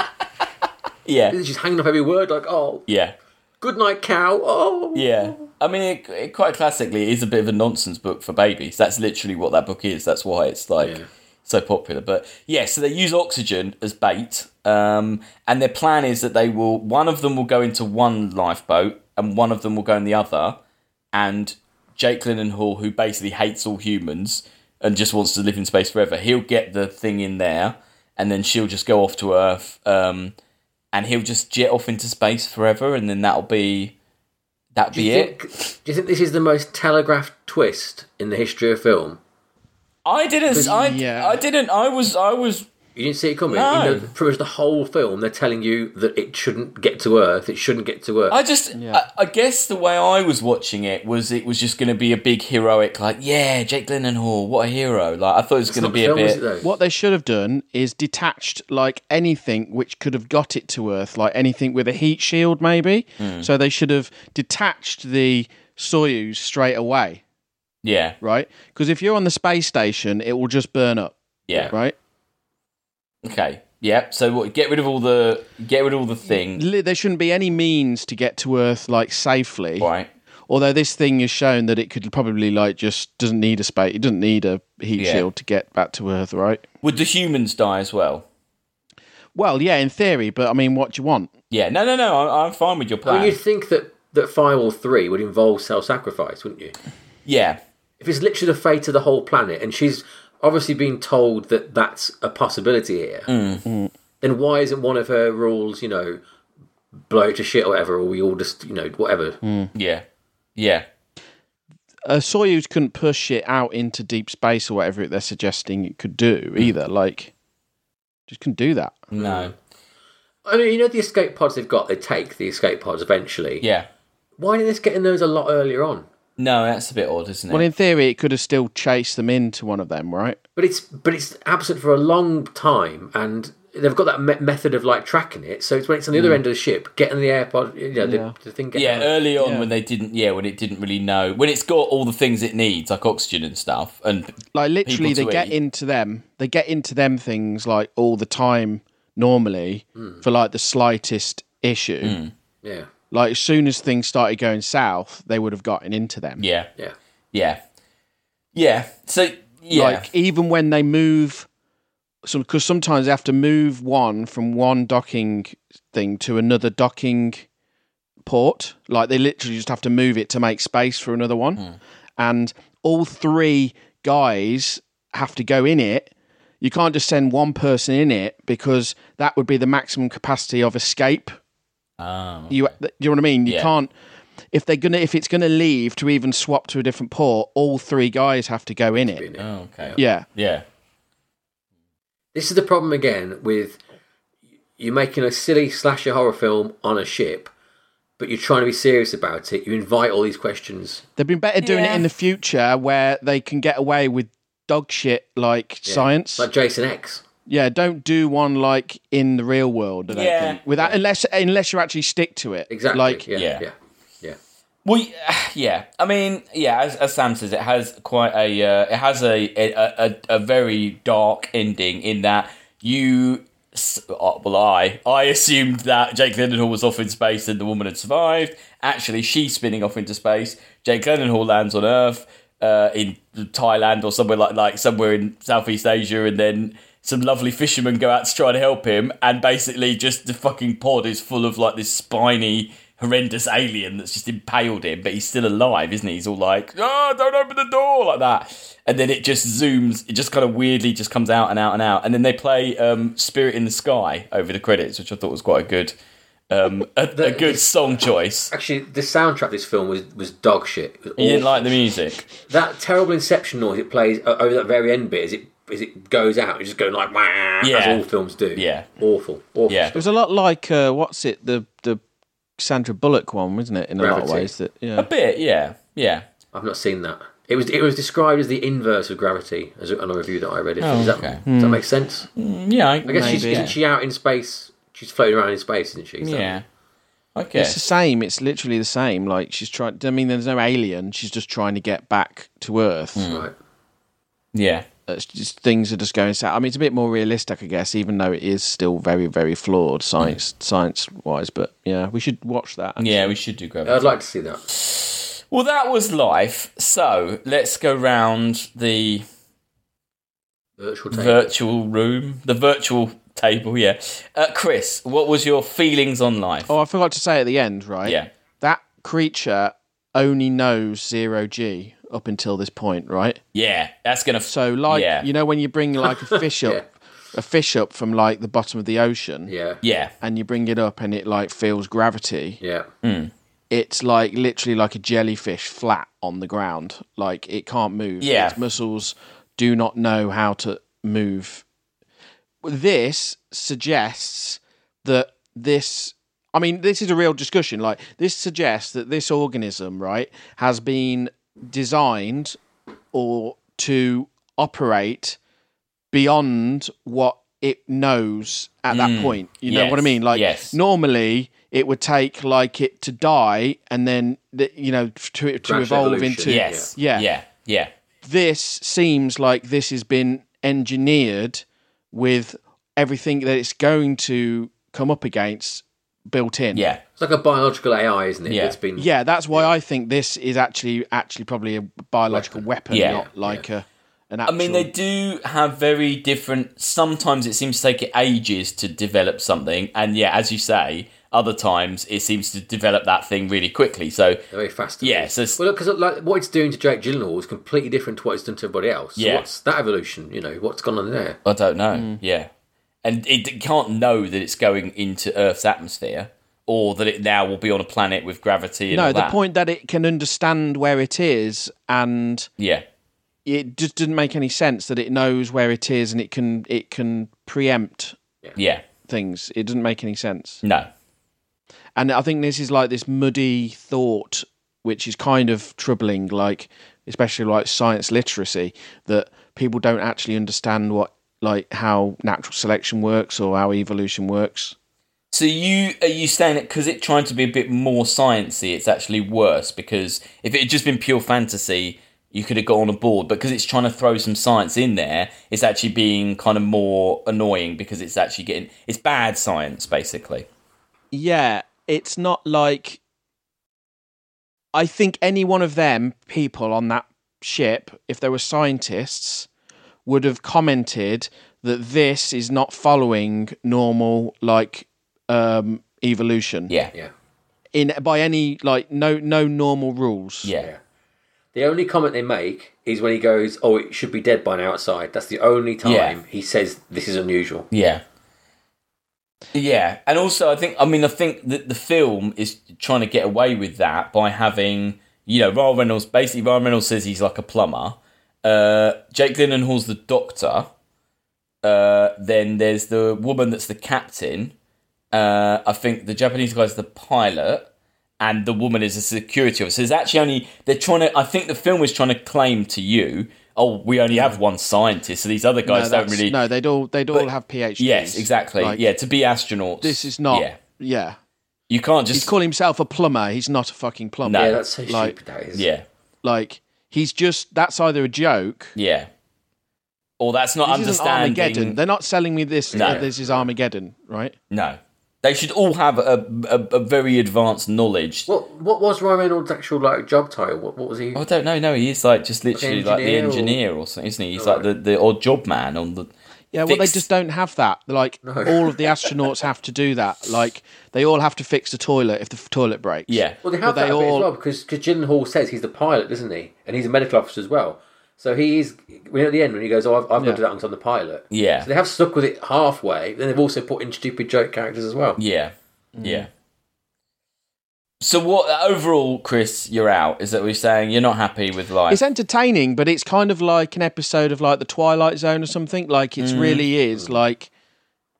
A: yeah
C: She's hanging up every word like, "Oh,
A: yeah
C: good night, cow." Oh,
A: yeah I mean it, it quite classically is a bit of a nonsense book for babies that's literally what that book is that's why it's like
C: Yeah.
A: so popular but yeah so they use oxygen as bait um, and their plan is that they will one of them will go into one lifeboat and one of them will go in the other and Jake Hall, who basically hates all humans and just wants to live in space forever, he'll get the thing in there, and then she'll just go off to Earth, um, and he'll just jet off into space forever, and then that'll be that
C: Do
A: be
C: you,
A: it.
C: think, do you think this is the most telegraphed twist in the history of film?
A: I didn't. I,
B: Yeah.
A: I didn't. I was. I was.
C: You didn't see it coming.
A: No.
C: You know, pretty much the whole film, they're telling you that it shouldn't get to Earth. It shouldn't get to Earth.
A: I just. I, I guess the way I was watching it was it was just going to be a big heroic, like yeah, Jake Hall, what a hero! Like I thought it was
C: It's
A: going to
C: not the
A: be a
C: film, is it,
A: bit.
C: though?
B: What they should have done is detached like anything which could have got it to Earth, like anything with a heat shield, maybe.
A: Hmm.
B: So they should have detached the Soyuz straight away,
A: Yeah,
B: right? Because if you're on the space station, it will just burn up,
A: yeah.
B: right?
A: Okay. Yep. So what, get rid of all the get rid of all the things.
B: Li- There shouldn't be any means to get to Earth like safely.
A: Right.
B: Although this thing has shown that it could probably like just doesn't need a space. It doesn't need a heat
A: Yeah.
B: shield to get back to Earth, right?
A: Would the humans die as well?
B: Well, yeah, in theory, but I mean, what do you want?
A: Yeah. No, no, no. I'm, I'm fine with your
C: I
A: plan.
C: mean, you'd think that that Firewall Three would involve self-sacrifice, wouldn't you?
A: yeah.
C: If it's literally the fate of the whole planet, and she's obviously been told that that's a possibility here,
A: Mm-hmm.
C: then why isn't one of her rules, you know, blow it to shit or whatever, or we all just, you know, whatever?
A: Yeah. Yeah.
B: Uh, Soyuz couldn't push it out into deep space or whatever they're suggesting it could do
A: Hmm.
B: either. Like, just couldn't do that.
A: No.
C: I mean, you know, the escape pods they've got, they take the escape pods eventually.
A: Yeah.
C: Why didn't they get in those a lot earlier on?
A: No, that's a bit odd, isn't it?
B: Well, in theory, it could have still chased them into one of them, right?
C: But it's but it's absent for a long time, and they've got that me- method of like tracking it. So it's when it's on the other end of the ship, getting the airpod, you know, the, the thing. Getting
A: yeah,
C: out.
A: early on
B: Yeah.
A: when they didn't, yeah, when it didn't really know, when it's got all the things it needs, like oxygen and stuff, and
B: Like, literally, they
A: People to
B: get
A: eat.
B: into them. They get into them things like all the time normally
A: Hmm.
B: for like the slightest issue.
C: yeah,
B: Like, as soon as things started going south, they would have gotten into them.
A: yeah,
C: yeah.
A: yeah, yeah. So yeah,
B: Like even when they move, some because sometimes they have to move one from one docking thing to another docking port. Like they literally just have to move it to make space for another one, and all three guys have to go in it. You can't just send one person in it because that would be the maximum capacity of escape
A: um,
B: you do you know what I mean? You
A: Yeah.
B: can't if they're gonna if it's gonna leave to even swap to a different port, all three guys have to go in it.
A: oh, okay,
B: Yeah.
A: yeah,
C: This is the problem again with you're making a silly slasher horror film on a ship, but you're trying to be serious about it. You invite all these questions.
B: They've been better doing
A: Yeah.
B: it in the future where they can get away with dog shit like science.
C: like Jason X.
B: yeah, don't do one like in the real world, I don't
A: Yeah.
B: think. Without unless unless you actually stick to it.
C: Exactly.
B: Like
C: yeah,
A: yeah.
C: yeah, yeah.
A: Well, y- yeah. I mean, yeah. As, as Sam says, it has quite a uh, it has a a, a a very dark ending in that you. s- uh, Well, I I assumed that Jake Gyllenhaal was off in space and the woman had survived. Actually, she's spinning off into space. Jake Gyllenhaal lands on Earth uh, in Thailand or somewhere like like somewhere in Southeast Asia, and then some lovely fishermen go out to try to help him, and basically just the fucking pod is full of like this spiny, horrendous alien that's just impaled him, but he's still alive, isn't he? He's all like, "Ah, don't open the door," like that, and then it just zooms, it just kind of weirdly just comes out and out and out, and then they play um, "Spirit in the Sky" over the credits, which I thought was quite a good, um, a, a good song choice.
C: Actually, the soundtrack of this film was was dog shit. It was
A: You didn't
C: awful.
A: like the music.
C: that terrible Inception noise it plays o- over that very end bit as it as it goes out. It's just going like, wah, as
A: Yeah.
C: all films do.
A: Yeah.
C: awful, awful.
A: Yeah.
B: it was a lot like uh, what's it, the the Sandra Bullock one, wasn't it? In a lot of
C: Gravity.
B: ways that
A: A
B: yeah.
A: bit, yeah, yeah.
C: I've not seen that. It was it was described as the inverse of gravity as a- on a review that I read. It.
A: Oh,
C: does that,
A: okay.
C: does that make sense?
A: Yeah,
C: I guess she's
B: Maybe.
C: isn't she out in space? She's floating around in space, isn't she? So-
A: yeah. Okay.
B: It's the same. It's literally the same. Like she's trying. I mean, there's no alien. She's just trying to get back to Earth.
C: Right.
A: Yeah.
B: It's just uh, things are just going south. I mean, it's a bit more realistic, I guess, even though it is still very, very flawed science science wise. But yeah, we should watch that.
A: Mm. Yeah, we should do gravity.
C: I'd like to see that.
A: Well, that was life. So let's go round the
C: Virtual tape.
A: virtual room, the virtual table. Yeah, uh, Chris, what was your feelings on life?
B: Oh, I forgot to say at the end, right?
A: Yeah.
B: That creature only knows zero G up until this point, right?
A: Yeah, that's gonna.
B: So, like,
A: yeah,
B: you know, when you bring like a fish up, a fish up from like the bottom of the ocean,
C: yeah,
A: yeah,
B: and you bring it up and it like feels gravity.
C: yeah.
B: it's like literally like a jellyfish flat on the ground. Like it can't move.
A: Yeah.
B: Its muscles do not know how to move. This suggests that this I mean, this is a real discussion. Like this suggests that this organism, right, has been designed or to operate beyond what it knows at that point. You know what
A: Mm. Yes.
B: I mean? Like
A: Yes.
B: normally it would take like it to die and then the, you know to to
C: Gradual
B: evolve
C: evolution.
B: into
A: yes,
B: Yeah.
A: yeah, yeah,
B: this seems like this has been engineered with everything that it's going to come up against built in.
A: Yeah.
C: It's like a biological AI, isn't it?
A: Yeah.
C: It's been
B: Yeah, that's why I think this is actually actually probably a biological weapon,
A: Yeah.
B: not like a an
A: I
B: actual.
A: mean, they do have very different. Sometimes it seems to take it ages to develop something, and yeah, as you say, other times it seems to develop that thing really quickly. So
C: very fast.
A: yeah, so it's-
C: Well, look, because like, what it's doing to Jake Gyllenhaal is completely different to what it's done to everybody else. So
A: Yeah.
C: what's that evolution? You know, what's gone on there?
A: I don't know.
B: Mm.
A: Yeah, and it can't know that it's going into Earth's atmosphere, or that it now will be on a planet with gravity. And
B: no,
A: all
B: the
A: that.
B: point that it can understand where it is, and
A: Yeah,
B: it just doesn't make any sense that it knows where it is and it can it can preempt
A: yeah,
B: things. It doesn't make any sense.
A: no,
B: And I think this is like this muddy thought, which is kind of troubling, like especially like science literacy, that people don't actually understand what like how natural selection works or how evolution works.
A: So you are you saying that because it's trying to be a bit more sciencey, it's actually worse because if it had just been pure fantasy, you could have got on a board. But because it's trying to throw some science in there, it's actually being kind of more annoying because it's actually getting it's bad science basically.
B: Yeah, it's not like I think any one of them people on that ship, if they were scientists, would have commented that this is not following normal like um evolution.
A: Yeah,
C: Yeah.
B: in by any like no no normal rules.
A: yeah,
C: Yeah. The only comment they make is when he goes, "Oh, it should be dead by now outside." That's the only time
A: Yeah.
C: he says this is unusual.
A: yeah. Yeah, and also I think I mean I think that the film is trying to get away with that by having you know Ryan Reynolds basically Ryan Reynolds says he's like a plumber. Uh, Jake Gyllenhaal's the doctor. Uh, then there's the woman that's the captain. Uh, I think the Japanese guy's the pilot, and the woman is a security officer. It's actually only they're trying to. I think the film is trying to claim to you, oh, we only have one scientist, so these other
B: No,
A: guys don't
B: that's-
A: really.
B: no, they'd all they'd all have PhDs.
A: Yes, exactly.
B: Like,
A: yeah, to be astronauts.
B: This is not
A: Yeah,
B: yeah.
A: you can't just.
B: He's calling himself a plumber. He's not a fucking plumber.
A: No.
C: Yeah, that's so
B: Like-
C: stupid. That is.
A: yeah,
B: Like he's just that's either a joke.
A: yeah. Or that's not
B: This isn't
A: understanding.
B: Armageddon. They're not selling me this.
A: No.
B: that this is Armageddon, right?
A: No, they should all have a, a, a very advanced knowledge
C: What What was Ryan Reynolds' actual like job title? What What was he?
A: I don't know. No, he is like just literally like the
C: engineer or-
A: engineer or, something, isn't he? He's like the, the odd job man on the.
B: Yeah, well,
A: Fixed-
B: they just don't have that. Like all of the astronauts have to do that. Like they all have to fix the toilet if the f- toilet breaks.
A: Yeah,
C: Well, they have
B: But
C: that
B: they
C: a bit as
B: all-
C: well because because Gyllenhaal says he's the pilot, doesn't he? And he's a medical officer as well. So he is. When at the end, when he goes, "Oh, I've, I've got to do that because I'm the pilot."
A: Yeah.
C: So they have stuck with it halfway. Then they've also put in stupid joke characters as well.
A: yeah,
B: Mm.
A: yeah. So what overall, Chris, you're out. Is that we're saying you're not happy with life?
B: It's entertaining, but it's kind of like an episode of like the Twilight Zone or something. Like
A: Mm.
B: it really is. Like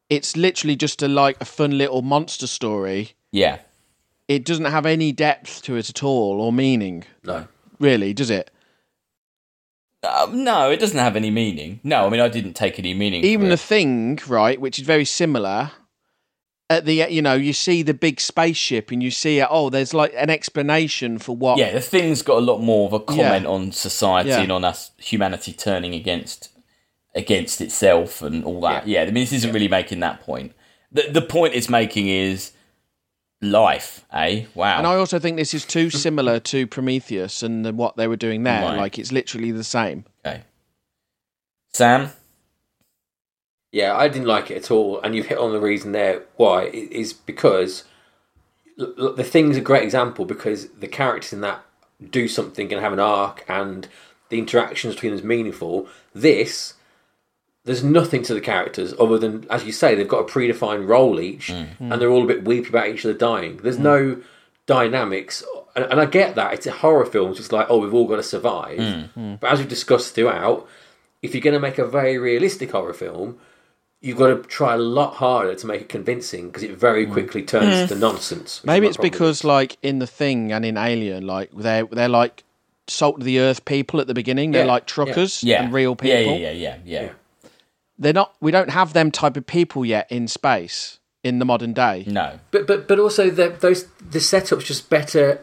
B: it's literally just a like a fun little monster story.
A: yeah,
B: It doesn't have any depth to it at all or meaning,
C: No.
B: really, does it?
A: um, no, it doesn't have any meaning. No, I mean I didn't take any meaning. from
B: Even
A: it.
B: the thing, right, which is very similar. At the you know you see the big spaceship and you see oh there's like an explanation for what
A: yeah, the thing's got a lot more of a comment
B: Yeah.
A: on society
B: Yeah.
A: and on us humanity turning against against itself and all that. Yeah, I mean this isn't really making that point. The the point it's making is life, eh? Wow.
B: And I also think this is too similar to Prometheus and the, what they were doing there.
A: Right.
B: Like it's literally the same.
A: Okay. Sam?
C: Yeah, I didn't like it at all, and you've hit on the reason there why it is because l- l- the thing's a great example because the characters in that do something and have an arc, and the interactions between them is meaningful. This, there's nothing to the characters other than, as you say, they've got a predefined role each,
B: Mm.
C: and they're all a bit weepy about each other dying. There's no dynamics, and, and I get that it's a horror film, so it's like, oh, we've all got to survive.
B: Mm.
C: But as we've discussed throughout. If you're going to make a very realistic horror film, you've got to try a lot harder to make it convincing because it very quickly turns to nonsense. which is
B: Mm. Maybe
C: my
B: it's
C: problem.
B: because like in the thing and in Alien, like they're they're like salt of the earth people at the beginning. They're
C: Yeah,
B: like
C: yeah.
B: truckers
A: Yeah.
B: and real people.
A: Yeah, yeah, yeah, yeah, yeah.
B: They're not. We don't have them type of people yet in space in the modern day.
A: No.
C: but but but also the, those the setup's just better.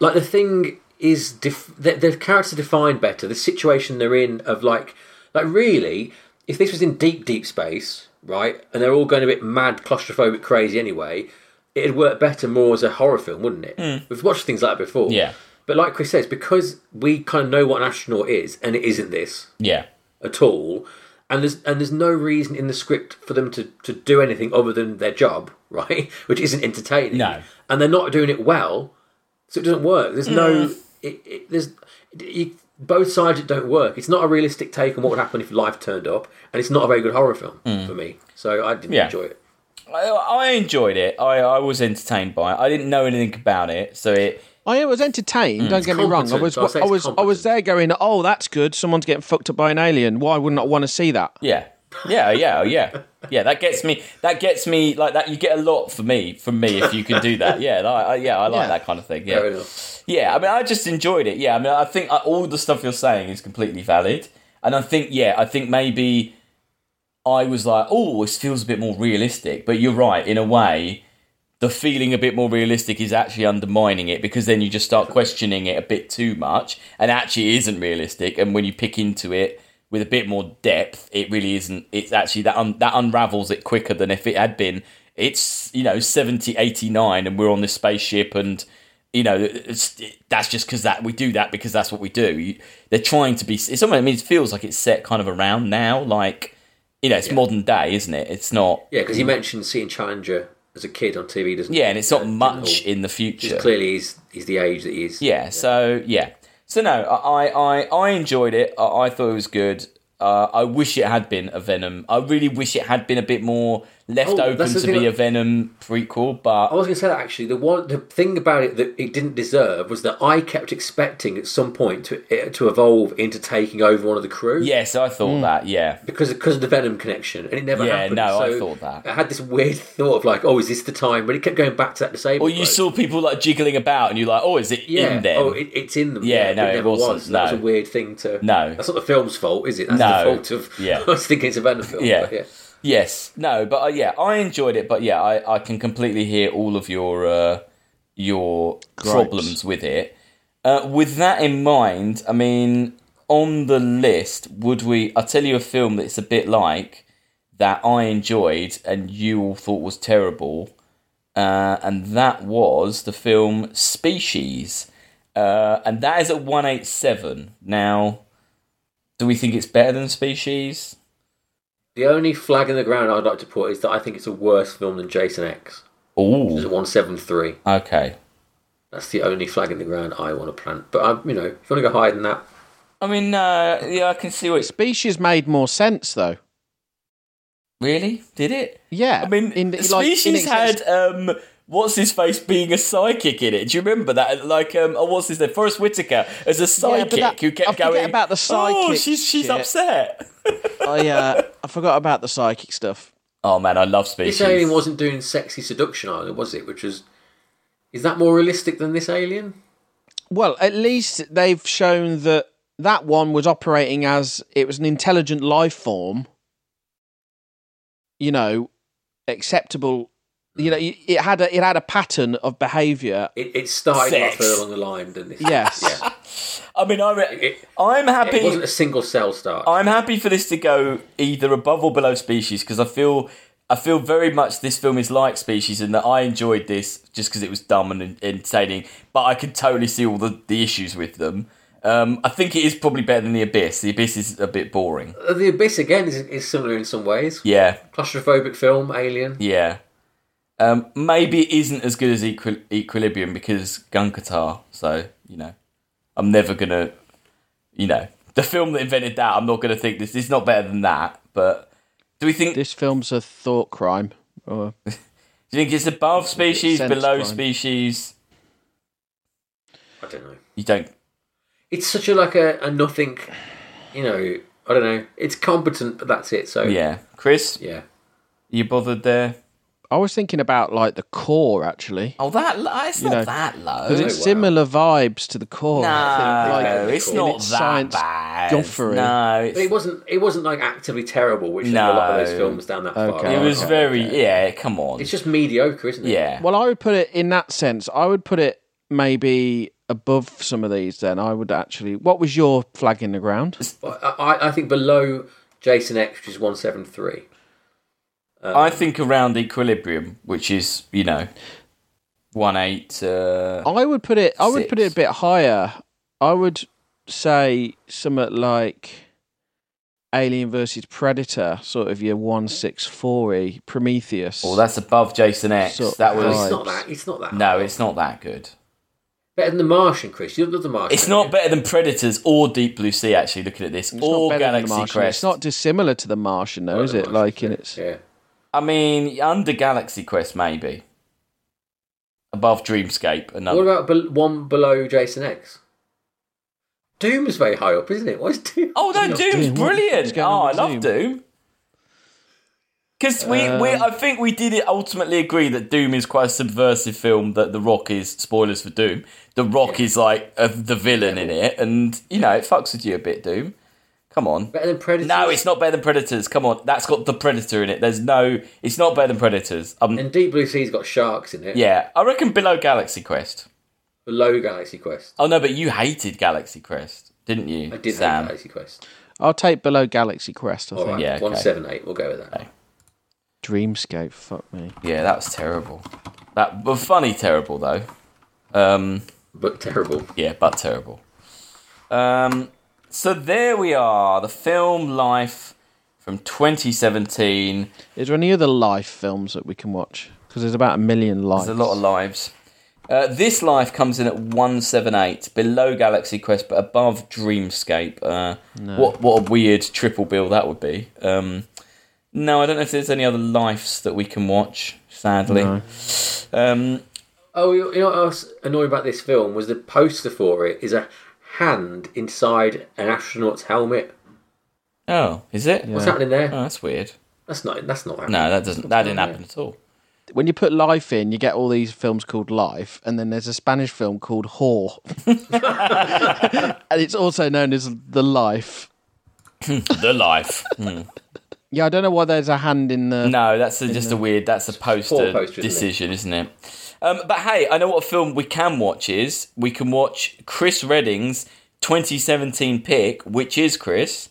C: Like the thing is, def- the, the characters are defined better. The situation they're in of like like really, if this was in deep deep space right? And they're all going a bit mad, claustrophobic, crazy anyway. It'd work better more as a horror film, wouldn't it? We've watched things like that before.
A: Yeah.
C: But like Chris says, because we kind of know what an astronaut is, and it isn't this
A: Yeah.
C: at all, and there's and there's no reason in the script for them to, to do anything other than their job, right? Which isn't entertaining.
A: No.
C: And they're not doing it well, so it doesn't work. There's no it, it, there's you, both sides it don't work. It's not a realistic take on what would happen if life turned up, and it's not a very good horror film for me. So I didn't
A: Mm. Yeah.
C: enjoy it.
A: I, I enjoyed it. I, I was entertained by it. I didn't know anything about it, so it.
B: I was entertained. Don't get me wrong. I
C: Mm.
B: was,
C: competent. I'll say
B: I
C: it's
B: was, I was
C: competent.
B: there going, "Oh, that's good. Someone's getting fucked up by an alien. Why wouldn't I want to see that?"
A: Yeah. Yeah, yeah, yeah. Yeah, that gets me. That gets me like that. You get a lot for me from me if you can do that. Yeah, like, I, yeah, I like
B: Yeah.
A: that kind of thing.
C: Fair
A: Yeah,
C: enough.
A: yeah. I mean, I just enjoyed it. Yeah, I mean, I think uh all the stuff you're saying is completely valid, and I think yeah, I think maybe I was like, oh, this feels a bit more realistic. But you're right, in a way, the feeling a bit more realistic is actually undermining it because then you just start questioning it a bit too much, and actually it isn't realistic. And when you pick into it with a bit more depth, it really isn't. It's actually that un- that unravels it quicker than if it had been. It's you know 70, 89 and we're on this spaceship and you know it's, that's just because that we do that because that's what we do. You, they're trying to be. It's almost. I mean, it feels like it's set kind of around now, like you know, it's modern day, isn't it? It's not.
C: Yeah, because you mentioned seeing Challenger as a kid on TV, doesn't?
A: Mm. Yeah, and it's not
C: Uh,
A: much
C: Hall.
A: in the future.
C: Clearly, he's he's the age that he is.
A: Yeah, so yeah. So no, I I, I enjoyed it. I, I thought it was good. Uh, I wish it had been a Venom. I really wish it had been a bit more left
C: Oh,
A: open
C: that's the
A: to
C: thing
A: be
C: I-
A: a
C: Oh.
A: Venom prequel, but
C: I was going to say that actually. The one, the thing about it that it didn't deserve was that I kept expecting at some point to it to evolve into taking over one of the crew.
A: yes, I thought that. Yeah,
C: Because, because of the Venom connection, and it never
A: Yeah,
C: happened.
A: no, I
C: So
A: thought that.
C: I had this weird thought of like, oh, is this the time? But it kept going back to that disabled.
A: or you
C: bloke.
A: saw people like jiggling about, and you're like, oh, is it
C: yeah,
A: in them?
C: oh, it, it's in them.
A: Yeah,
C: but
A: no,
C: it
A: it
C: never
A: wasn't,
C: was. That was a
A: no.
C: weird thing to.
A: No.
C: that's not the film's fault, is it? That's
A: No.
C: the fault of.
A: Yeah.
C: I was thinking it's a Venom film.
A: Yeah.
C: but yeah.
A: Yes, no, but uh, yeah, I enjoyed it. But yeah, I, I can completely hear all of your uh, your problems with it. Uh, with that in mind, I mean, on the list, would we? I will tell you a film that's a bit like that I enjoyed and you all thought was terrible, uh, and that was the film Species, uh, and that is at one eight seven. Now, do we think it's better than Species?
C: The only flag in the ground I'd like to put is that I think it's a worse film than Jason X.
A: Ooh.
C: It's one seven three.
A: Okay.
C: That's the only flag in the ground I want to plant. But I, you know, if you want to go higher than that,
A: I mean, uh, yeah, I can see what. It's...
B: Species made more sense though.
A: Really? Did it?
B: Yeah,
A: I mean,
B: in the- like, in
A: Species
B: excess-
A: had um, what's his face being a psychic in it. Do you remember that? Like, um, oh, what's his name? Forrest Whitaker as a
B: Yeah,
A: psychic
B: but that-
A: who kept
B: I forget
A: going
B: about the
A: Oh,
B: psychic
A: she's she's
B: shit."
A: upset.
B: I uh, I forgot about the psychic stuff.
A: Oh man, I love Species.
C: this alien wasn't doing sexy seduction either, was it? Which was, is that more realistic than this alien?
B: Well, at least they've shown that that one was operating as it was an intelligent life form. You know, acceptable. You know, y- it had a, it had a pattern of behaviour.
C: It, it started a lot
A: Sex.
C: further along the line than this.
B: Yes.
C: yeah.
A: I mean, I'm
C: It-
A: I'm happy.
C: It wasn't a single cell start.
A: I'm happy for this to go either above or below Species because I feel I feel very much this film is like Species and that I enjoyed this just because it was dumb and en- entertaining, but I could totally see all the, the issues with them. Um, I think it is probably better than the Abyss. The Abyss is a bit boring.
C: the Abyss again is, is similar in some ways.
A: Yeah,
C: Claustrophobic film, Alien.
A: yeah. Um, maybe it isn't as good as Equi- Equilibrium because Gunkatar. So you know, I'm never gonna, you know, the film that invented that. I'm not gonna think this. It's not better than that. But do we think
B: This film's a thought crime. Oh, Or
A: Do you think it's above species,
B: sense
A: below
B: crime.
A: species?
C: I don't know.
A: You don't.
C: It's such a like a, a nothing. You know, I don't know. It's competent, but that's it. So
A: Yeah, Chris,
C: yeah.
A: you bothered there?
B: I was thinking about like the core actually.
A: Oh, that lo- it's not
B: know,
A: that low.
B: 'Cause it's similar vibes to the core.
A: no,
B: I think,
A: it's
B: in
A: not
B: its
A: that
B: science
A: bad.
B: guffery.
A: No,
C: But
A: it's,
C: it wasn't. It wasn't like actively terrible, which no. a lot of
A: No.
C: those films down that far.
B: Oh, Okay.
A: it
C: are.
A: was very. Yeah, come on.
C: It's just mediocre, isn't it?
A: yeah,
B: Well, I would put it in that sense. I would put it maybe above some of these. Then I would actually. What was your flag in the ground?
C: I, I- I think below Jason X, which is 173.
A: I think around equilibrium, which is you know, one eight. Uh,
B: I would put it. I would put it
A: Six.
B: a bit higher. I would say somewhat like Alien versus Predator, sort of your one six four e Prometheus.
A: well, oh, that's above Jason X.
B: So-
A: that
C: No,
A: was
C: it's not that. It's not that.
A: no, it's not that good.
C: better than the Martian, Chris. You love the Martian.
A: It's not better than Predators or Deep Blue Sea. Actually, looking at this,
B: It's not
A: or
B: better than the
A: Galaxy
B: Martian.
A: Quest.
B: It's not dissimilar to the Martian, though, is
C: the
B: it?
C: Martian,
B: Like in its
C: Yeah.
A: I mean, under Galaxy Quest, maybe above Dreamscape. Another.
C: What about be- one below Jason X? Doom's very high up, isn't it? Why is Doom?
A: Oh no, Doom's
B: Doom. What's
A: brilliant!
B: going
A: Oh,
B: on
A: I
B: with
A: love
B: Doom?
A: Doom. Because we, we, I think we did ultimately agree that Doom is quite a subversive film. That The Rock is spoilers for Doom. The Rock is like uh, the villain in it, and you know it fucks with you a bit. Doom, come on.
C: Better than Predator.
A: No, it's not better than Predators. Come on, that's got the Predator in it. There's no, it's not better than Predators. Um,
C: And Deep Blue Sea's got sharks in it.
A: yeah, I reckon below Galaxy Quest.
C: Below Galaxy Quest.
A: Oh no, but you hated Galaxy Quest, didn't you,
C: I did
A: Sam?
C: hate Galaxy Quest.
B: I'll take below Galaxy Quest. I
C: All
B: think
C: right,
A: Yeah, okay.
C: one seven eight. We'll go with that.
B: Dreamscape. Fuck me.
A: Yeah, that was terrible. That but funny terrible though. Um,
C: But terrible.
A: yeah, but terrible. Um, so there we are, the film life from 2017.
B: Is there any other life films that we can watch? Because there's about a million lives.
A: There's a lot of lives. Uh, this life comes in at 178, below Galaxy Quest, but above Dreamscape. Uh, What what a weird triple bill that would be. Um, no, I don't know if there's any other lives that we can watch. Sadly, um,
C: Oh, you you know what else annoying about this film was the poster for it is a hand inside an astronaut's helmet.
A: oh, is it?
C: What's happening there?
A: Oh, that's weird.
C: That's not. That's not. Happening.
A: No, that doesn't. That didn't happen at all.
B: When you put life in, you get all these films called Life, and then there's a Spanish film called Whore, and it's also known as The Life.
A: The life.
B: Yeah, I don't know why there's a hand in the.
A: No, that's a, just a weird. That's a poster,
C: poster, isn't it?
A: decision, isn't it? Um, but hey, I know what film we can watch is. We can watch Chris Redding's 2017 pick, which is Chris.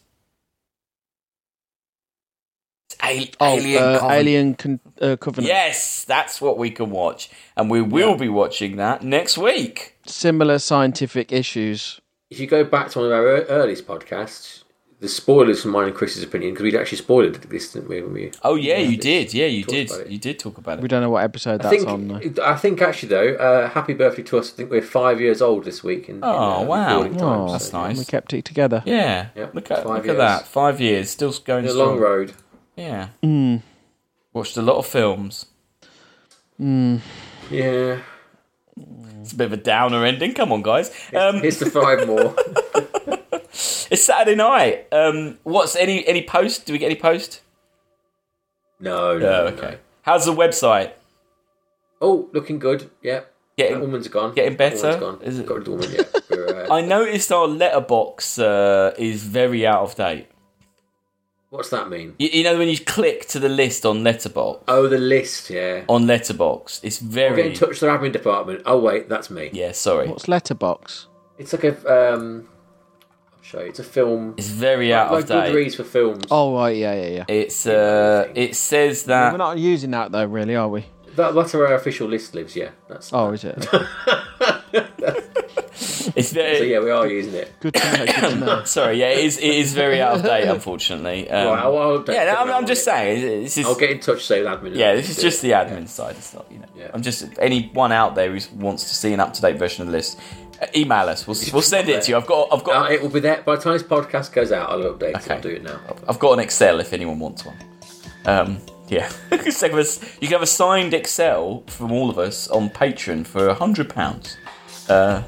A: It's A-
B: Oh,
A: Alien.
B: uh,
A: Covenant.
B: Alien Con- uh, Covenant.
A: Yes, that's what we can watch, and we will be watching that next week.
B: Similar scientific issues.
C: If you go back to one of our ear- earliest podcasts, the spoilers from mine and Chris's opinion because we'd actually spoiled this, didn't we? When we
A: Oh yeah, you did. Yeah, you
C: Talked
A: did.
C: about it.
A: You did talk about
B: We
A: it.
B: don't know what episode
C: I
B: that's
C: think,
B: on. Though.
C: I think actually though, uh, happy birthday to us. I think we're five years old this week. In,
A: Oh,
C: in, uh,
A: wow.
C: recording time,
B: Oh,
A: that's
C: so-
A: nice.
B: We kept it together.
A: Yeah,
C: Yeah,
A: look at
C: five
A: look at
C: years.
A: that. Five years, still going
C: The
A: strong.
C: long Hmm. road.
A: Yeah. Watched a lot of films.
C: Yeah.
A: It's a bit of a downer ending. Come on, guys. Um,
C: Here's the five more.
A: it's Saturday night. Um, what's any any post? Do we get any post?
C: No, no,
A: Oh,
C: no.
A: okay. How's the website?
C: Oh, looking good. Yeah. That
A: Getting.
C: woman's gone.
A: getting
C: That
A: better?
C: Woman's gone.
A: Is it-
C: Got rid of the woman. Yeah. We're, uh,
A: I noticed our letterbox uh, is very out of date.
C: what's that mean?
A: You, you know when you click to the list on letterbox
C: Oh, the list. Yeah.
A: on letterbox, it's
C: Get in
A: very.
C: touch with the admin department. Oh wait, that's me.
A: Yeah, sorry.
B: What's Letterbox?
C: It's like a um. I'll show you. It's a film.
A: It's very out
C: like
A: of date.
C: Goodreads for films.
B: Oh right, yeah, yeah, yeah.
A: It's uh, it says that
B: We're not using that though, really, are we?
C: That, that's where our official list lives. Yeah. That's.
B: Oh, is it?
A: it's very,
C: So yeah, we are using it.
B: Good to know. Good to know.
A: Sorry, yeah, it is, it is very out of date, unfortunately. Um,
C: Right, I'll- I'll update
A: yeah, no,
C: it
A: I'm, I'm
C: around
A: just
C: it.
A: saying. This is,
C: I'll get in touch. Say admin.
A: yeah, this is just the admin side. It's not, you know.
C: Yeah.
A: I'm just anyone out there who wants to see an up to date version of the list, uh, email us. We'll, we'll send it to you. I've got I've
C: Uh,
A: got
C: it will be there by the time this podcast goes out. I'll update. it.
A: Okay.
C: I'll do it now.
A: I've got an Excel if anyone wants one. Um, yeah, It's like this- you can have a signed Excel from all of us on Patreon for hundred pounds.
C: Oh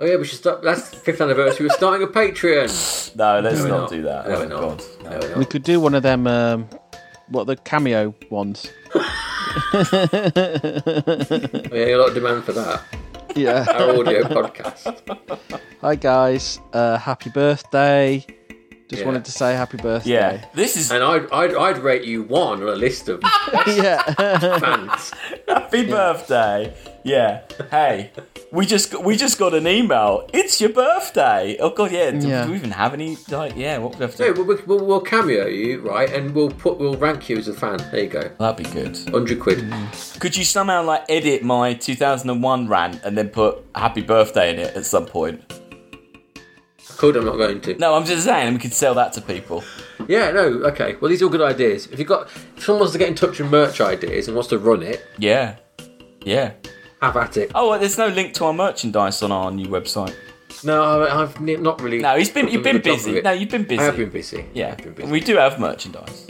C: yeah, we should start. That's the fifth anniversary. We're starting a Patreon.
A: No, let's
C: we're
A: not,
C: not.
A: do that.
C: No,
A: oh
C: we're not.
A: God.
C: No, we're
B: we
C: not.
B: could do one of them. Um, what the cameo ones?
C: Yeah, a lot of demand for that.
B: Yeah.
C: Our audio podcast.
B: Oh. Hi guys, uh, happy birthday! Just
C: Yeah.
B: wanted to say happy birthday.
A: Yeah, this is
C: And I'd, I'd, I'd rate you one on a list of
B: yeah.
C: fans.
A: Happy birthday. Yeah. Hey, we just we just got an email. It's your birthday. Oh god, yeah. Do,
B: Yeah.
A: do we even have any? Like, yeah. What would we have
C: Hey,
A: to?
C: we'll, we'll, we'll cameo you, right? And we'll put we'll rank you as a fan. There you go.
A: That'd be good.
C: 100 quid.
A: Could you somehow like edit my 2001 rant and then put happy birthday in it at some point?
C: Could, I'm not going to.
A: No, I'm just saying we could sell that to people.
C: Yeah, no, okay. Well, these are all good ideas. If you got, if someone wants to get in touch with merch ideas and wants to run it,
A: Yeah. Yeah.
C: have at it.
A: Oh, well, there's no link to our merchandise on our new website.
C: No, I- I've ne- not really.
A: No, he's been you've
C: done a
A: been
C: good job of
A: busy.
C: it.
A: No, you've been busy.
C: I have been busy.
A: yeah.
C: I've been busy.
A: We do have merchandise.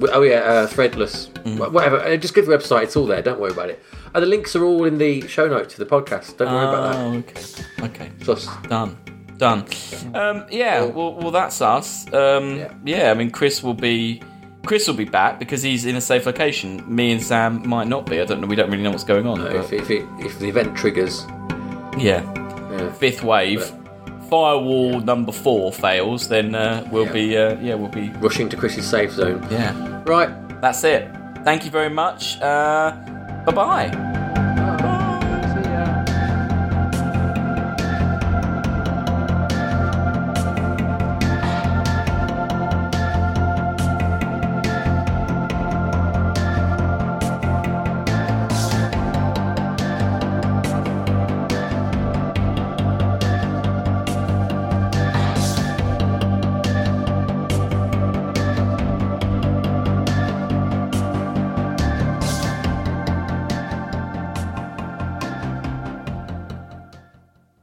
C: We- Oh yeah, uh, Threadless.
A: Mm.
C: Wh- Whatever. Uh, Just go to the website. It's all there. Don't worry about it. And the links are all in the show notes of the podcast. Don't worry about that.
A: Oh, okay. Okay.
C: Plus, uh,
A: Done. Done. Um, yeah. Well, well, that's us. Um,
C: Yeah.
A: yeah. I mean, Chris will be Chris will be back because he's in a safe location. Me and Sam might not be. I don't know. We don't really know what's going on.
C: if,
A: but-
C: if, it, if the event triggers, uh,
A: yeah.
C: yeah.
A: Fifth wave. Firewall number four fails, then uh, we'll
C: Yeah.
A: be uh, yeah we'll be
C: rushing to Chris's safe zone.
A: yeah.
C: Right.
A: That's it. Thank you very much. Uh, bye bye.